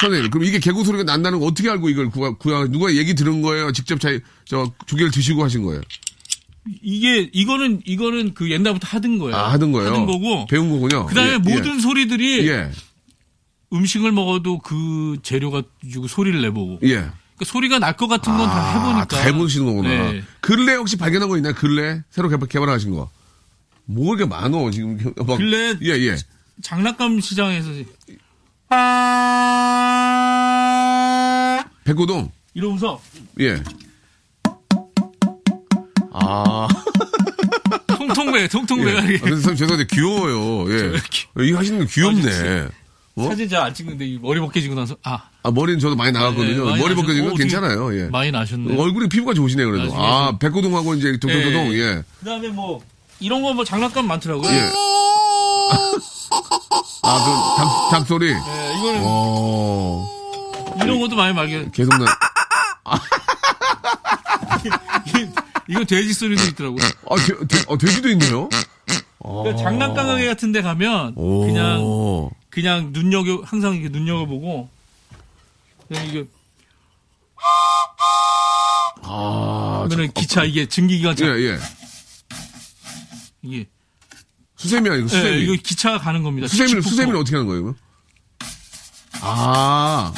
Speaker 3: 선생님, 그럼 이게 개구 소리가 난다는 거 어떻게 알고 이걸 구하, 구하, 누가 얘기 들은 거예요? 직접 자기, 저, 조개를 드시고 하신 거예요?
Speaker 2: 이게 이거는 이거는 그 옛날부터 하던 거예요.
Speaker 3: 아, 하던 거예요?
Speaker 2: 하던 거고
Speaker 3: 배운 거군요.
Speaker 2: 그다음에
Speaker 3: 예,
Speaker 2: 모든
Speaker 3: 예.
Speaker 2: 소리들이
Speaker 3: 예.
Speaker 2: 음식을 먹어도 그 재료가 가지고 소리를 내보고
Speaker 3: 예.
Speaker 2: 그러니까 소리가 날 것 같은 건 다
Speaker 3: 아,
Speaker 2: 해보니까
Speaker 3: 다 해보시는 거구나.
Speaker 2: 네.
Speaker 3: 근래 혹시 발견한 거 있나요? 근래? 새로 개발, 개발하신 거. 뭐 이렇게 많어, 지금. 막-
Speaker 2: 근래-
Speaker 3: 예, 예.
Speaker 2: 장난감 시장에서
Speaker 3: 백고동.
Speaker 2: 이러면서
Speaker 3: 예. 아.
Speaker 2: 통통배 통통배가
Speaker 3: 예. 아,
Speaker 2: 이렇게
Speaker 3: 근데 선 죄송한데 귀여워요. 예. 이거 하시는 거 귀엽네. 어?
Speaker 2: 사진 잘 안 찍는데 이 머리 벗겨지고 나서 아
Speaker 3: 아, 머리는 저도 많이
Speaker 2: 예,
Speaker 3: 나갔거든요.
Speaker 2: 많이
Speaker 3: 머리
Speaker 2: 나셨-
Speaker 3: 벗겨진
Speaker 2: 어,
Speaker 3: 건
Speaker 2: 어떻게
Speaker 3: 괜찮아요. 예.
Speaker 2: 많이 나셨네. 요
Speaker 3: 얼굴이 피부가 좋으시네, 그래도.
Speaker 2: 나중에
Speaker 3: 아, 백고동하고 이제 동동동,
Speaker 2: 예,
Speaker 3: 예.
Speaker 2: 예. 그다음에 뭐 이런 거 뭐 장난감 많더라고요.
Speaker 3: 예. 아, 그, 닭, 닭 소리.
Speaker 2: 예, 이거는
Speaker 3: 어. 오.
Speaker 2: 이런 것도 많이 발견.
Speaker 3: 계속 나.
Speaker 2: 이건 돼지 소리도 있더라고요.
Speaker 3: 아, 돼, 돼, 아, 돼지도 있네요.
Speaker 2: 그러니까 장난감 가게 같은 데 가면
Speaker 3: 어. 오.
Speaker 2: 그냥 그냥 눈여겨 항상 이게 눈여겨보고 그냥 이게
Speaker 3: 아,
Speaker 2: 그러면 기차 이게 증기기관
Speaker 3: 예,
Speaker 2: 차
Speaker 3: 예.
Speaker 2: 이게
Speaker 3: 수세미 아니고
Speaker 2: 예,
Speaker 3: 수세미.
Speaker 2: 이거 기차가 가는 겁니다.
Speaker 3: 수세미를,
Speaker 2: 칙칙폭폭.
Speaker 3: 수세미를 어떻게 하는 거예요, 그럼? 아.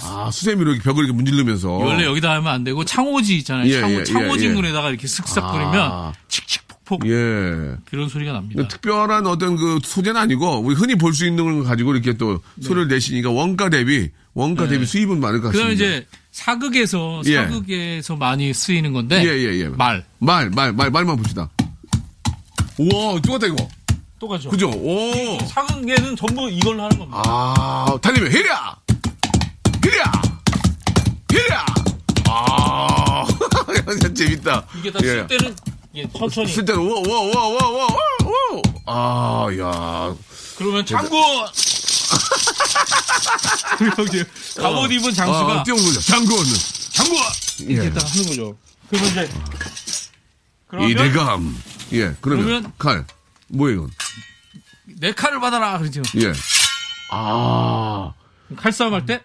Speaker 3: 아, 수세미로 이렇게 벽을 이렇게 문지르면서.
Speaker 2: 원래 여기다 하면 안 되고 창호지 있잖아요.
Speaker 3: 어. 예, 예,
Speaker 2: 창호,
Speaker 3: 예,
Speaker 2: 창호진군에다가 이렇게 슥싹
Speaker 3: 아.
Speaker 2: 거리면 칙칙폭폭
Speaker 3: 예.
Speaker 2: 그런 소리가 납니다.
Speaker 3: 특별한 어떤 그 소재는 아니고, 우리 흔히 볼 수 있는 걸 가지고 이렇게 또 소리를 내시니까 원가 대비, 원가 대비 수입은 많을 것 같습니다.
Speaker 2: 네. 그다음에 이제 사극에서
Speaker 3: 예.
Speaker 2: 사극에서 많이 쓰이는 건데
Speaker 3: 예, 예, 예.
Speaker 2: 말
Speaker 3: 말, 말, 말, 말만 봅시다. 우와, 똑같다, 이거.
Speaker 2: 똑같죠.
Speaker 3: 그죠? 오.
Speaker 2: 사극에는 전부 이걸로 하는 겁니다.
Speaker 3: 아, 달리면 히랴! 히랴! 히랴! 아, 재밌다.
Speaker 2: 이게 다 쓸
Speaker 3: 예.
Speaker 2: 때는 예, 천천히
Speaker 3: 쓸 때는 우와, 우와, 우와, 우와, 우와, 우와. 아, 야. 예.
Speaker 2: 그러면 장군 그리고 이제 갑옷 입은 장수가
Speaker 3: 아, 뛰어오는 거죠. 장군.
Speaker 2: 장군
Speaker 3: 예.
Speaker 2: 이렇게 딱 하는 거죠. 그러면 이제 아, 그러면
Speaker 3: 이 대감. 예, 그러면,
Speaker 2: 그러면-
Speaker 3: 칼. 뭐예요, 이건?
Speaker 2: 내 칼을 받아라 그러죠.
Speaker 3: 예. 아.
Speaker 2: 칼싸움 할 때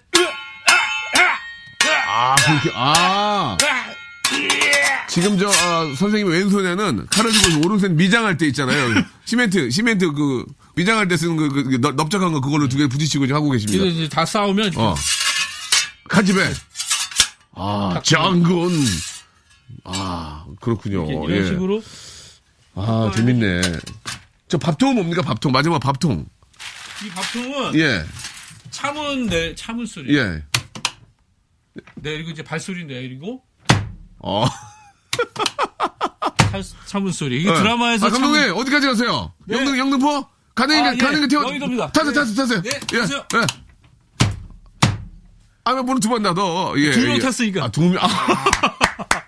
Speaker 3: 아, 그렇게, 아. 지금 저, 아, 선생님 왼손에는 칼을 들고 오른손 미장할 때 있잖아요. 시멘트, 시멘트 그, 미장할 때 쓰는 그, 그, 그 넓- 넓적한 거 그걸로 두 개 부딪히고 지금 하고
Speaker 2: 이제,
Speaker 3: 계십니다.
Speaker 2: 이제 다 싸우면 이렇게
Speaker 3: 예. 어. 카지배. 아, 장군. 아, 그렇군요.
Speaker 2: 이런
Speaker 3: 예.
Speaker 2: 식으로
Speaker 3: 아, 재밌네. 저 밥통은 뭡니까? 밥통. 마지막 밥통.
Speaker 2: 이 밥통은
Speaker 3: 예,
Speaker 2: 참은 내 참은 소리
Speaker 3: 예.
Speaker 2: 내리고 이제 발소리 내리고
Speaker 3: 어.
Speaker 2: 칼 참은 소리 이게 드라마에서
Speaker 3: 아,
Speaker 2: 참은 네.
Speaker 3: 감독님, 어디까지 가세요? 영등, 영등포? 가는 게,
Speaker 2: 아, 예.
Speaker 3: 가는 게 태워.
Speaker 2: 여의도입니다.
Speaker 3: 타세요,
Speaker 2: 예.
Speaker 3: 타세요, 타세요.
Speaker 2: 네,
Speaker 3: 예,
Speaker 2: 타세요.
Speaker 3: 예. 아, 왜 문을 두번 닫어? 예.
Speaker 2: 두명
Speaker 3: 예.
Speaker 2: 탔으니까.
Speaker 3: 아, 두 명, 아.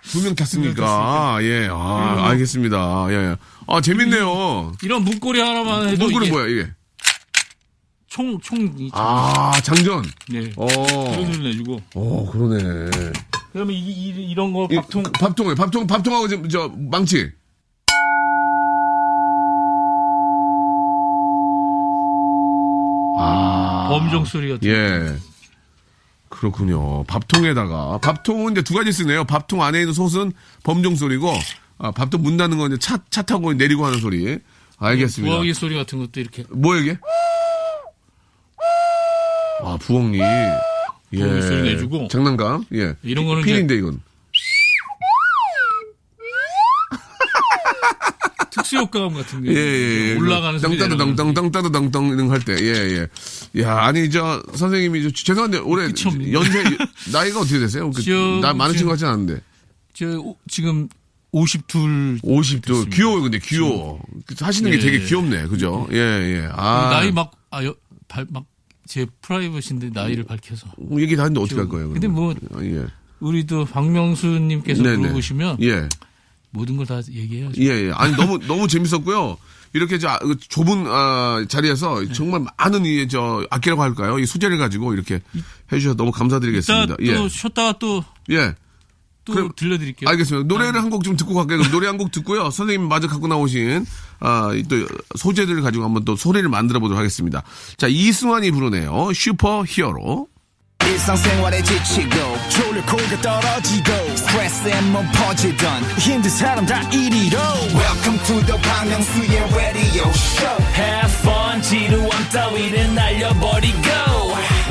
Speaker 3: 두 명 탔으니까. 아, 예.
Speaker 2: 음.
Speaker 3: 아, 알겠습니다. 예. 아, 재밌네요.
Speaker 2: 이런 문고리 하나만 해도
Speaker 3: 문구는
Speaker 2: 음. 이게
Speaker 3: 뭐야, 이게?
Speaker 2: 총, 총, 이-
Speaker 3: 아, 장전.
Speaker 2: 네.
Speaker 3: 어.
Speaker 2: 이런 소리 내주고.
Speaker 3: 어, 그러네.
Speaker 2: 그러면 이, 이, 이런 거
Speaker 3: 이-
Speaker 2: 밥통,
Speaker 3: 그 밥통을, 밥통, 밥통하고 지금, 저, 망치.
Speaker 2: 범정 소리 같은
Speaker 3: 아. 예. 그렇군요. 밥통에다가 밥통은 이제 두 가지 쓰네요. 밥통 안에 있는 솥은 범종 소리고 아, 밥통 문 닫는 건 이제 차, 차 타고 내리고 하는 소리. 알겠습니다.
Speaker 2: 부화기 소리 같은 것도 이렇게
Speaker 3: 뭐 이게? 아 부엌이 예.
Speaker 2: 부엌 소리 내주고.
Speaker 3: 장난감 예.
Speaker 2: 이런 거는
Speaker 3: 피- 필인데 이건
Speaker 2: 특수 효과음 같은 게
Speaker 3: 예, 예, 예.
Speaker 2: 올라가는 소리 내려가는 소리.
Speaker 3: 땅땅땅땅 땅땅땅땅 이런 할 때. 예, 예. 야, 아니 저 선생님이 저 죄송한데 올해
Speaker 2: 끝이 없네.
Speaker 3: 연세 나이가 어떻게 되세요? 그,
Speaker 2: 지금
Speaker 3: 나 많은
Speaker 2: 지금-
Speaker 3: 친구 같진 않은데.
Speaker 2: 저 오- 지금 52
Speaker 3: 50도 귀여워요 근데 귀여워 그 하시는 게
Speaker 2: 예.
Speaker 3: 되게 귀엽네 그죠 예예아
Speaker 2: 나이 막아막제 프라이버시인데 나이를 밝혀서
Speaker 3: 뭐 얘기 다 했는데 어떻게 할 거예요
Speaker 2: 근데
Speaker 3: 그러면?
Speaker 2: 뭐
Speaker 3: 어, 예
Speaker 2: 우리도 박명수님께서
Speaker 3: 네네
Speaker 2: 물어보시면
Speaker 3: 예
Speaker 2: 모든 걸 다 얘기해요.
Speaker 3: 예, 예. 아니 너무 너무 재밌었고요. 이렇게 저 아, 그 좁은 아, 자리에서
Speaker 2: 네.
Speaker 3: 정말 많은 이저 악기라고 할까요? 이 소재를 가지고 이렇게 해주셔서 너무
Speaker 2: 이따
Speaker 3: 감사드리겠습니다.
Speaker 2: 또
Speaker 3: 예,
Speaker 2: 쉬었다가 또 또
Speaker 3: 예. 그럼-
Speaker 2: 들려드릴게요. 아.
Speaker 3: 알겠습니다. 노래를 한 곡 좀 듣고 갈게요. 그럼 노래 한 곡 듣고요. 선생님 마저 갖고 나오신 아, 이또 소재들을 가지고 한번 또 소리를 만들어 보도록 하겠습니다. 자, 이승환이 부르네요. 슈퍼 히어로.
Speaker 4: 일상생활에 지치고, 졸려 코가 떨어지고, 스트레스에 몸 퍼지던, 힘든 사람 다 이리로. welcome to the Bang Myung-soo's radio show
Speaker 5: Have fun 지루함 따위를 날려버리고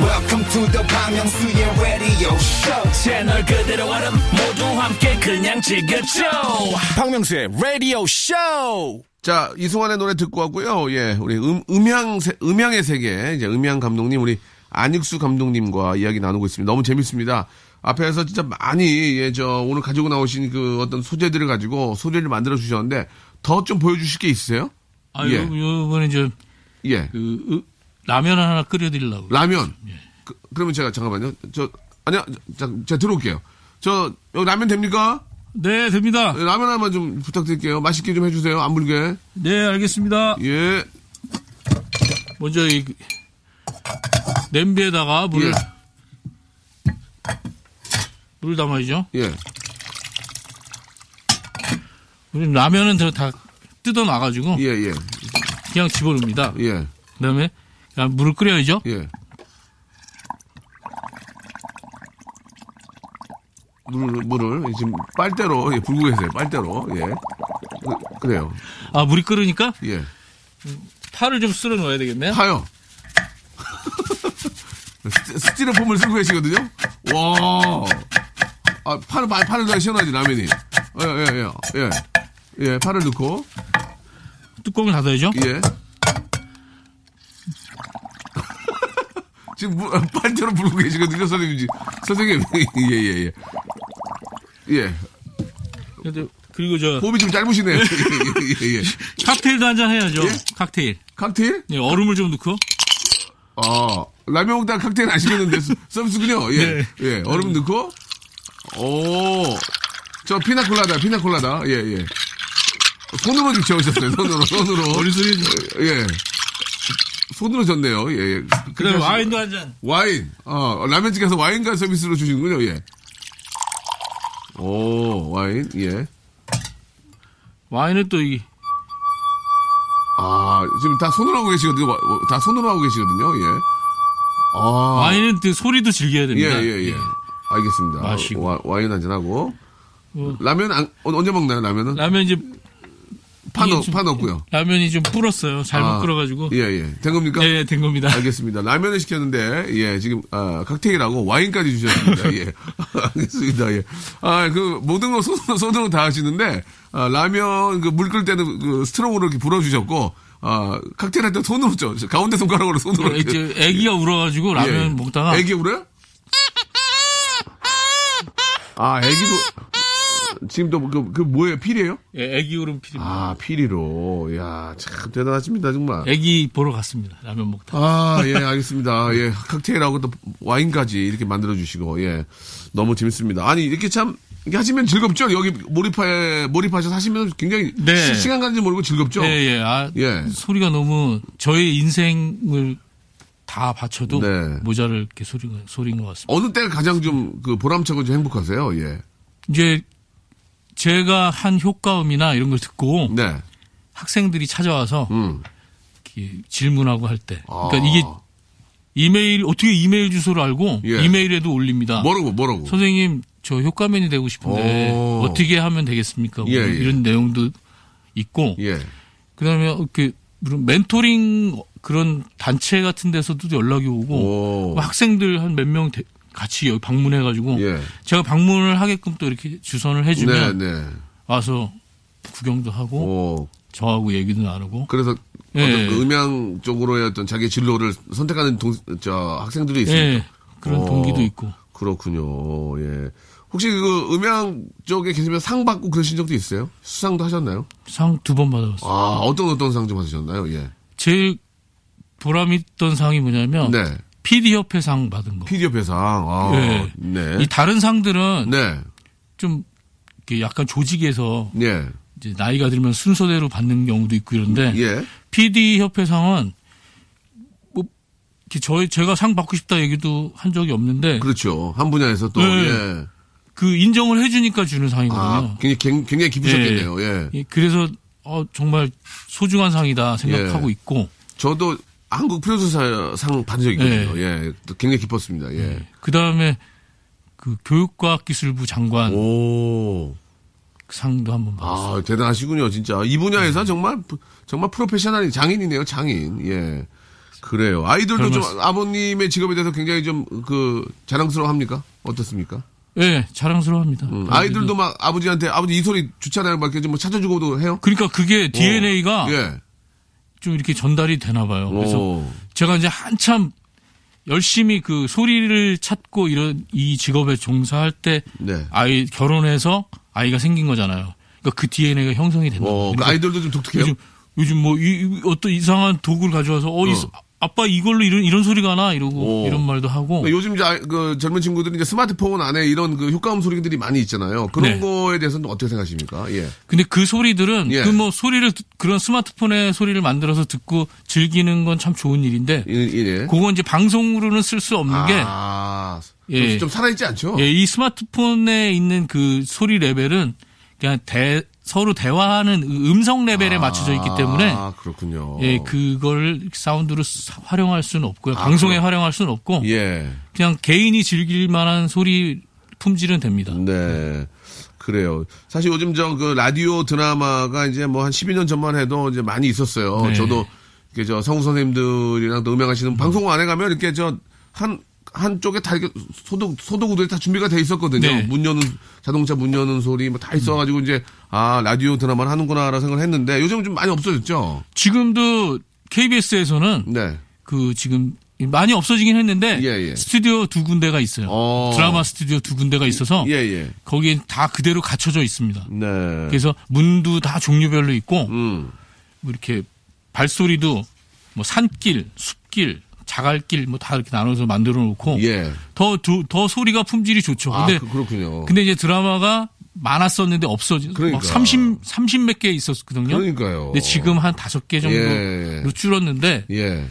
Speaker 4: welcome to the Bang Myung-soo's radio show
Speaker 5: 채널 그대로 얼음 모두 함께 그냥 즐겨줘
Speaker 4: 박명수의 radio show
Speaker 3: 자, 이승환의 노래 듣고 왔고요. 예, 우리 음, 음향, 세- 음향의 세계, 이제 음향 감독님, 우리 안익수 감독님과 이야기 나누고 있습니다. 너무 재밌습니다. 앞에서 진짜 많이, 예, 저, 오늘 가지고 나오신 그 어떤 소재들을 가지고 소리를 만들어 주셨는데 더 좀 보여주실 게 있으세요?
Speaker 2: 아,
Speaker 3: 예.
Speaker 2: 요, 요번에 이제
Speaker 3: 예.
Speaker 2: 그 으, 라면 하나 끓여드리려고.
Speaker 3: 라면. 그, 러면 제가 잠깐만요. 저, 아니요. 자, 제가 들어올게요. 저, 여기 라면 됩니까? 예,
Speaker 2: 네, 됩니다.
Speaker 3: 라면 하나만 좀 부탁드릴게요. 맛있게 좀 해주세요. 안 불게.
Speaker 2: 네, 알겠습니다.
Speaker 3: 예.
Speaker 2: 먼저 이 냄비에다가
Speaker 3: 예.
Speaker 2: 물을 물을 담아야죠.
Speaker 3: 예.
Speaker 2: 우리 라면은 다- 다 뜯어 놔가지고
Speaker 3: 예, 예.
Speaker 2: 그냥 집어넣습니다.
Speaker 3: 예.
Speaker 2: 그다음에 그냥 물을 끓여야죠.
Speaker 3: 예. 물을, 물을 지금 빨대로 예, 불고 계세요. 빨대로. 예. 그, 래요
Speaker 2: 아 물이 끓으니까
Speaker 3: 예.
Speaker 2: 파를 좀 쓸어 넣어야 되겠네요.
Speaker 3: 파요. 스- 스티로폼을 쓰고 계시거든요. 와. 아, 파를 많이 파를 넣어야 시원하지 라면이. 예, 예, 예. 예. 예, 파를 넣고
Speaker 2: 뚜껑을 닫아야죠.
Speaker 3: 예. 지금 물, 반대로 불고 계시거든요, 선생님. 지금. 선생님, 예, 예, 예. 예.
Speaker 2: 근데 그리고 저
Speaker 3: 몸이 좀 짧으시네요. 예, 예, 예.
Speaker 2: 칵테일도 한 잔 해야죠.
Speaker 3: 예?
Speaker 2: 칵테일.
Speaker 3: 칵테일?
Speaker 2: 예, 얼음을 좀 넣고
Speaker 3: 아, 라면 먹다가 칵테일 아시겠는데, 서- 서비스군요. 예.
Speaker 2: 네.
Speaker 3: 예, 얼음 넣고. 오. 저 피나콜라다, 피나콜라다. 예, 예. 손으로 지금 저으셨어요, 손으로, 손으로. 예. 손으로 졌네요, 예, 예.
Speaker 2: 그다음에 뭐 와인도 한 잔.
Speaker 3: 와인. 어, 라면집 가서 와인과 서비스로 주시는군요, 예. 오, 와인, 예.
Speaker 2: 와인은 또 이
Speaker 3: 아, 지금 다 손으로 하고 계시거든요. 와- 다 손으로 하고 계시거든요, 예. 아.
Speaker 2: 와인은 그 소리도 즐겨야
Speaker 3: 예,
Speaker 2: 됩니다.
Speaker 3: 예, 예. 알겠습니다.
Speaker 2: 마시고.
Speaker 3: 와, 와인 한잔하고.
Speaker 2: 어.
Speaker 3: 라면, 안- 어, 언제 먹나요, 라면은?
Speaker 2: 라면 이제
Speaker 3: 파,
Speaker 2: 이게
Speaker 3: 넣,
Speaker 2: 좀-
Speaker 3: 파 넣고요.
Speaker 2: 라면이 좀 불었어요. 잘못
Speaker 3: 아,
Speaker 2: 끓어가지고.
Speaker 3: 예, 예. 된 겁니까? 아,
Speaker 2: 예, 된 겁니다.
Speaker 3: 알겠습니다. 라면을 시켰는데, 예, 지금, 아, 칵테일하고 와인까지 주셨습니다. 예. 알겠습니다. 예. 아, 그, 모든 거 손으로, 손으로 다 하시는데, 아, 라면, 그, 물 끓을 때는 그 스트롱으로 이렇게 불어주셨고, 아, 칵테일 할 때 손으로 죠 가운데 손가락으로 손으로.
Speaker 2: 예, 이제 애기가 울어가지고 라면
Speaker 3: 예.
Speaker 2: 먹다가
Speaker 3: 애기 울어요? 아, 애기도. 지금 또, 그, 그 뭐예요? 필이에요?
Speaker 2: 예, 애기 울음 필.
Speaker 3: 아, 필이로. 이야, 참 대단하십니다, 정말.
Speaker 2: 애기 보러 갔습니다. 라면 먹다.
Speaker 3: 아, 예, 알겠습니다. 예, 칵테일하고 또 와인까지 이렇게 만들어주시고, 예. 너무 재밌습니다. 아니, 이렇게 참, 이렇게 하시면 즐겁죠? 여기 몰입해, 몰입하셔서 하시면 굉장히.
Speaker 2: 네.
Speaker 3: 시- 시간 가는지 모르고 즐겁죠?
Speaker 2: 예, 예. 아,
Speaker 3: 예.
Speaker 2: 소리가 너무 저의 인생을 다 바쳐도
Speaker 3: 네.
Speaker 2: 모자를 이렇게 소리 소리인 것 같습니다.
Speaker 3: 어느 때가 가장 좀, 그, 보람차고 좀 행복하세요? 예.
Speaker 2: 이제 제가 한 효과음이나 이런 걸 듣고
Speaker 3: 네.
Speaker 2: 학생들이 찾아와서
Speaker 3: 음.
Speaker 2: 이렇게 질문하고 할 때,
Speaker 3: 아.
Speaker 2: 그러니까 이게 이메일 어떻게 이메일 주소를 알고
Speaker 3: 예.
Speaker 2: 이메일에도 올립니다.
Speaker 3: 뭐라고, 뭐라고?
Speaker 2: 선생님 저 효과맨이 되고 싶은데
Speaker 3: 오.
Speaker 2: 어떻게 하면 되겠습니까? 뭐
Speaker 3: 예, 예.
Speaker 2: 이런 내용도 있고
Speaker 3: 예.
Speaker 2: 그다음에 그 멘토링 그런 단체 같은 데서도 연락이 오고 뭐
Speaker 3: 오.
Speaker 2: 학생들 한 몇 명 같이 여기 방문해가지고
Speaker 3: 예.
Speaker 2: 제가 방문을 하게끔 또 이렇게 주선을
Speaker 3: 네,
Speaker 2: 해주면
Speaker 3: 네.
Speaker 2: 와서 구경도 하고
Speaker 3: 오.
Speaker 2: 저하고 얘기도 나누고
Speaker 3: 그래서
Speaker 2: 예.
Speaker 3: 어떤 그 음향 쪽으로의 어떤 자기 진로를 선택하는 동, 저 학생들이 있습니다.
Speaker 2: 예 그런
Speaker 3: 어,
Speaker 2: 동기도 있고
Speaker 3: 그렇군요. 예. 혹시 그 음향 쪽에 계시면 상 받고 그러신 적도 있어요? 수상도 하셨나요?
Speaker 2: 상 두 번 받아봤어요.
Speaker 3: 아, 어떤 어떤 상 좀 받으셨나요? 예.
Speaker 2: 제일 보람 있던 상이 뭐냐면
Speaker 3: 네.
Speaker 2: PD 협회 상 받은 거.
Speaker 3: 피디오 회상. 아,
Speaker 2: 예.
Speaker 3: 네.
Speaker 2: 이 다른 상들은
Speaker 3: 네.
Speaker 2: 좀 이게 약간 조직에서
Speaker 3: 예.
Speaker 2: 이제 나이가 들면 순서대로 받는 경우도 있고 이런데
Speaker 3: 예.
Speaker 2: PD 협회상은 뭐 이렇게 저희 제가 상 받고 싶다 얘기도 한 적이 없는데 그,
Speaker 3: 그렇죠. 한 분야에서 또,
Speaker 2: 네.
Speaker 3: 예.
Speaker 2: 인정을 해주니까 주는
Speaker 3: 아,
Speaker 2: 상이거든요.
Speaker 3: 굉장히, 굉장히 기쁘셨겠네요. 예.
Speaker 2: 예, 그래서 어, 정말 소중한 상이다 생각하고
Speaker 3: 예.
Speaker 2: 있고
Speaker 3: 저도 한국 프로듀서 상 받은 적이 있거든요.
Speaker 2: 네.
Speaker 3: 예. 또 굉장히 기뻤습니다. 예.
Speaker 2: 그 다음에 그 교육과학기술부 장관
Speaker 3: 오.
Speaker 2: 상도 한번 받았어요.
Speaker 3: 아, 대단하시군요, 진짜. 이 분야에서 정말, 정말 프로페셔널이 장인이네요, 장인. 예. 그래요. 아이들도
Speaker 2: 별
Speaker 3: 좀
Speaker 2: 말씀.
Speaker 3: 아버님의 직업에 대해서 굉장히 좀, 그, 자랑스러워 합니까? 어떻습니까?
Speaker 2: 예, 자랑스러워합니다.
Speaker 3: 음, 아이들도 막 아버지한테, 아버지 이 소리 좋잖아요. 막 이렇게 좀뭐 찾아주고도 해요?
Speaker 2: 그러니까 그게 DNA가
Speaker 3: 어. 예. 어.
Speaker 2: 좀 이렇게 전달이 되나 봐요. 그래서
Speaker 3: 오. 음.
Speaker 2: 제가 이제 한참 열심히 그 소리를 찾고 이런 이 직업에 종사할 때
Speaker 3: 네.
Speaker 2: 아이 결혼해서 아이가 생긴 거잖아요. 그러니까 그 DNA가 형성이 된다.
Speaker 3: 어, 그
Speaker 2: 그러니까
Speaker 3: 아이들도 좀 독특해요.
Speaker 2: 요즘 요즘 뭐 이- 이 어떤 이상한 도구를 가져와서 어, 이
Speaker 3: 어.
Speaker 2: 소- 아빠 이걸로 이런 이런 소리가 나 이러고
Speaker 3: 오.
Speaker 2: 이런 말도 하고
Speaker 3: 그러니까 요즘 이제 아이- 그 젊은 친구들이 이제 스마트폰 안에 이런 그 효과음 소리들이 많이 있잖아요. 그런
Speaker 2: 네.
Speaker 3: 거에 대해서는 어떻게 생각하십니까? 예.
Speaker 2: 근데 그 소리들은
Speaker 3: 예.
Speaker 2: 그 뭐 소리를 듣- 그런 스마트폰의 소리를 만들어서 듣고 즐기는 건 참 좋은 일인데
Speaker 3: 예, 예.
Speaker 2: 그건 이제 방송으로는 쓸 수 없는
Speaker 3: 아,
Speaker 2: 예.
Speaker 3: 좀 살아있지 않죠?
Speaker 2: 게 예, 이 스마트폰에 있는 그 소리 레벨은 그냥 대, 서로 대화하는 음성 레벨에 맞춰져 있기 때문에
Speaker 3: 아, 그렇군요.
Speaker 2: 예, 그걸 사운드로 사- 활용할 수는 없고요. 방송에
Speaker 3: 아, 그럼.
Speaker 2: 활용할 수는 없고
Speaker 3: 예.
Speaker 2: 그냥 개인이 즐길 만한 소리 품질은 됩니다.
Speaker 3: 네. 그래요. 사실 요즘 저 그 라디오 드라마가 이제 뭐 한 12년 전만 해도 이제 많이 있었어요.
Speaker 2: 네.
Speaker 3: 저도 이렇게 저 성우 선생님들이랑 또 음향하시는 방송 안에 가면 이렇게 저 한 한쪽에 다 이렇게 소독 소독구들이 다 준비가 돼 있었거든요.
Speaker 2: 네.
Speaker 3: 문 여는 자동차 문 여는 소리 뭐 다 있어가지고 이제 아 라디오 드라마를 하는구나라는 생각을 했는데 요즘 좀 많이 없어졌죠.
Speaker 2: 지금도 KBS에서는
Speaker 3: 네.
Speaker 2: 그 지금 많이 없어지긴 했는데
Speaker 3: 예, 예.
Speaker 2: 스튜디오 두 군데가 있어요.
Speaker 3: 어.
Speaker 2: 드라마 스튜디오 두 군데가 있어서
Speaker 3: 예 예.
Speaker 2: 거기에 다 그대로 갖춰져 있습니다.
Speaker 3: 네.
Speaker 2: 그래서 문도 다 종류별로 있고
Speaker 3: 음.
Speaker 2: 뭐 이렇게 발소리도 뭐 산길, 숲길, 자갈길 뭐 다 이렇게 나눠서 만들어 놓고
Speaker 3: 예.
Speaker 2: 더 더 소리가 품질이 좋죠.
Speaker 3: 아
Speaker 2: 어, 근데
Speaker 3: 그- 그렇군요.
Speaker 2: 근데 이제 드라마가 많았었는데 없어진
Speaker 3: 그러니까.
Speaker 2: 막 30, 30 몇 개 있었거든요.
Speaker 3: 그러니까요.
Speaker 2: 근데 지금 한 다섯 개 정도로
Speaker 3: 예.
Speaker 2: 줄었는데
Speaker 3: 예.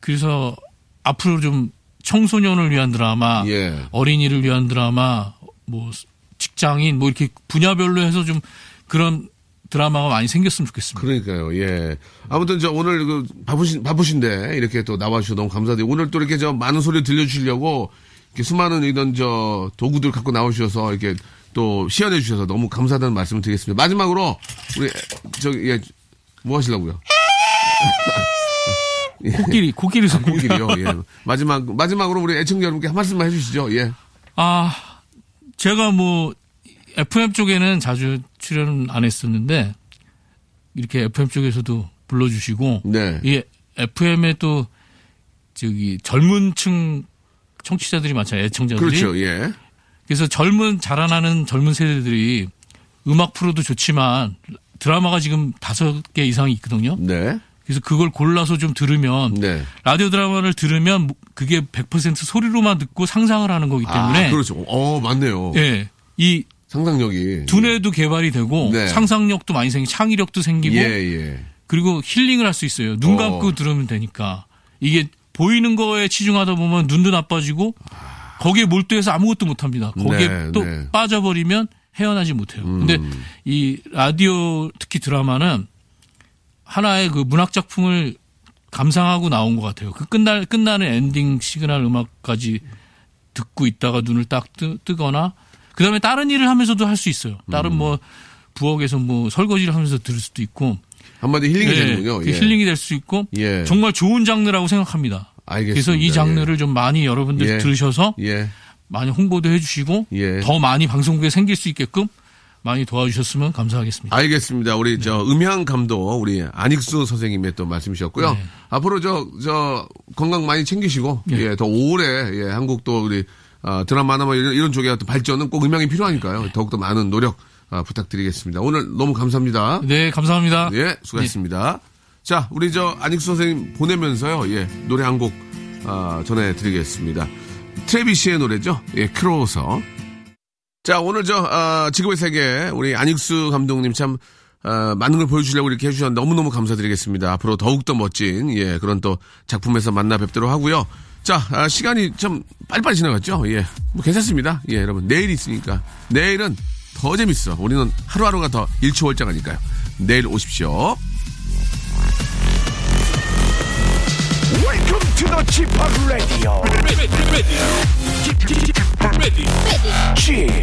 Speaker 2: 그래서 앞으로 좀 청소년을 위한 드라마,
Speaker 3: 예.
Speaker 2: 어린이를 위한 드라마, 뭐 직장인 뭐 이렇게 분야별로 해서 좀 그런 드라마가 많이 생겼으면 좋겠습니다.
Speaker 3: 그러니까요. 예. 아무튼 저 오늘 그 바쁘신 바쁘신데 이렇게 또 나와주셔서 너무 감사드리고 오늘 또 이렇게 저 많은 소리 를 들려주시려고 이렇게 수많은 이런 저 도구들 갖고 나오셔서 이렇게 또 시연해 주셔서 너무 감사하다는 말씀을 드리겠습니다. 마지막으로 우리 저기 예. 뭐 하시려고요?
Speaker 2: 코끼리, 코끼리 소리.
Speaker 3: 공길이요. 예. 마지막 마지막으로 우리 애청자 여러분께 한 말씀만 해주시죠. 예.
Speaker 2: 아, 제가 뭐 FM 쪽에는 자주 출연은 안 했었는데 이렇게 FM 쪽에서도 불러주시고
Speaker 3: 네.
Speaker 2: 이 FM에 또 저기 젊은층 청취자들이 많잖아요. 애청자들이.
Speaker 3: 그렇죠. 예.
Speaker 2: 그래서 젊은 자라나는 젊은 세대들이 음악 프로도 좋지만 드라마가 지금 다섯 개 이상이 있거든요.
Speaker 3: 네.
Speaker 2: 그래서 그걸 골라서 좀 들으면
Speaker 3: 네.
Speaker 2: 라디오 드라마를 들으면 뭐 그게 100% 소리로만 듣고 상상을 하는 거기 때문에
Speaker 3: 아, 그렇죠. 어, 맞네요.
Speaker 2: 예. 이
Speaker 3: 상상력이.
Speaker 2: 두뇌도 개발이 되고
Speaker 3: 예. 네.
Speaker 2: 상상력도 많이 생기고 창의력도 생기고
Speaker 3: 예, 예.
Speaker 2: 그리고 힐링을 할 수 있어요. 눈 감고
Speaker 3: 어.
Speaker 2: 들으면 되니까. 이게 보이는 거에 치중하다 보면 눈도 나빠지고 거기에 몰두해서 아무것도 못 합니다. 거기에
Speaker 3: 네, 음.
Speaker 2: 또
Speaker 3: 네.
Speaker 2: 빠져버리면 헤어나지 못해요. 근데 이 라디오 특히 드라마는 하나의 그 문학 작품을 감상하고 나온 것 같아요. 그 끝날 끝나는 엔딩 시그널 음악까지 듣고 있다가 눈을 딱 뜨, 뜨거나 그다음에 다른 일을 하면서도 할 수 있어요.
Speaker 3: 음.
Speaker 2: 다른 뭐 부엌에서 뭐 설거지를 하면서 들을 수도 있고
Speaker 3: 한마디 힐링이
Speaker 2: 예,
Speaker 3: 되는군요.
Speaker 2: 그
Speaker 3: 예.
Speaker 2: 힐링이 될 수 있고
Speaker 3: 예.
Speaker 2: 정말 좋은 장르라고 생각합니다.
Speaker 3: 알겠습니다.
Speaker 2: 그래서 이 장르를 좀 많이 여러분들
Speaker 3: 예.
Speaker 2: 들으셔서
Speaker 3: 예.
Speaker 2: 많이 홍보도 해주시고
Speaker 3: 예.
Speaker 2: 더 많이 방송국에 생길 수 있게끔 많이 도와주셨으면 감사하겠습니다.
Speaker 3: 알겠습니다. 우리 저 음향 감독 우리 안익수 선생님의 또 말씀이셨고요.
Speaker 2: 네.
Speaker 3: 앞으로 저 저 건강 많이 챙기시고 예, 더 오래 예, 한국 또 우리 아, 드라마나 뭐 이런, 이런 쪽에 또 발전은 꼭 음향이 필요하니까요. 더욱더 많은 노력 아, 부탁드리겠습니다. 오늘 너무 감사합니다.
Speaker 2: 네, 감사합니다.
Speaker 3: 예, 수고하셨습니다. 자, 우리 저 안익수 선생님 보내면서요. 예, 노래 한 곡 아, 전해 드리겠습니다. 트레비시의 노래죠. 예, 크로우서 자, 오늘 저, 아, 지금의 세계, 우리 안익수 감독님 참, 아, 많은 걸 보여주려고 이렇게 해주셔서 너무너무 감사드리겠습니다. 앞으로 더욱더 멋진, 예, 그런 또 작품에서 만나 뵙도록 하고요 자, 아, 시간이 좀 빨리빨리 지나갔죠? 예. 뭐 괜찮습니다. 예, 여러분. 내일 있으니까. 내일은 더 재밌어. 우리는 하루하루가 더 일취월장하니까요. 내일 오십시오.
Speaker 1: Welcome to the Chip Radio. Chip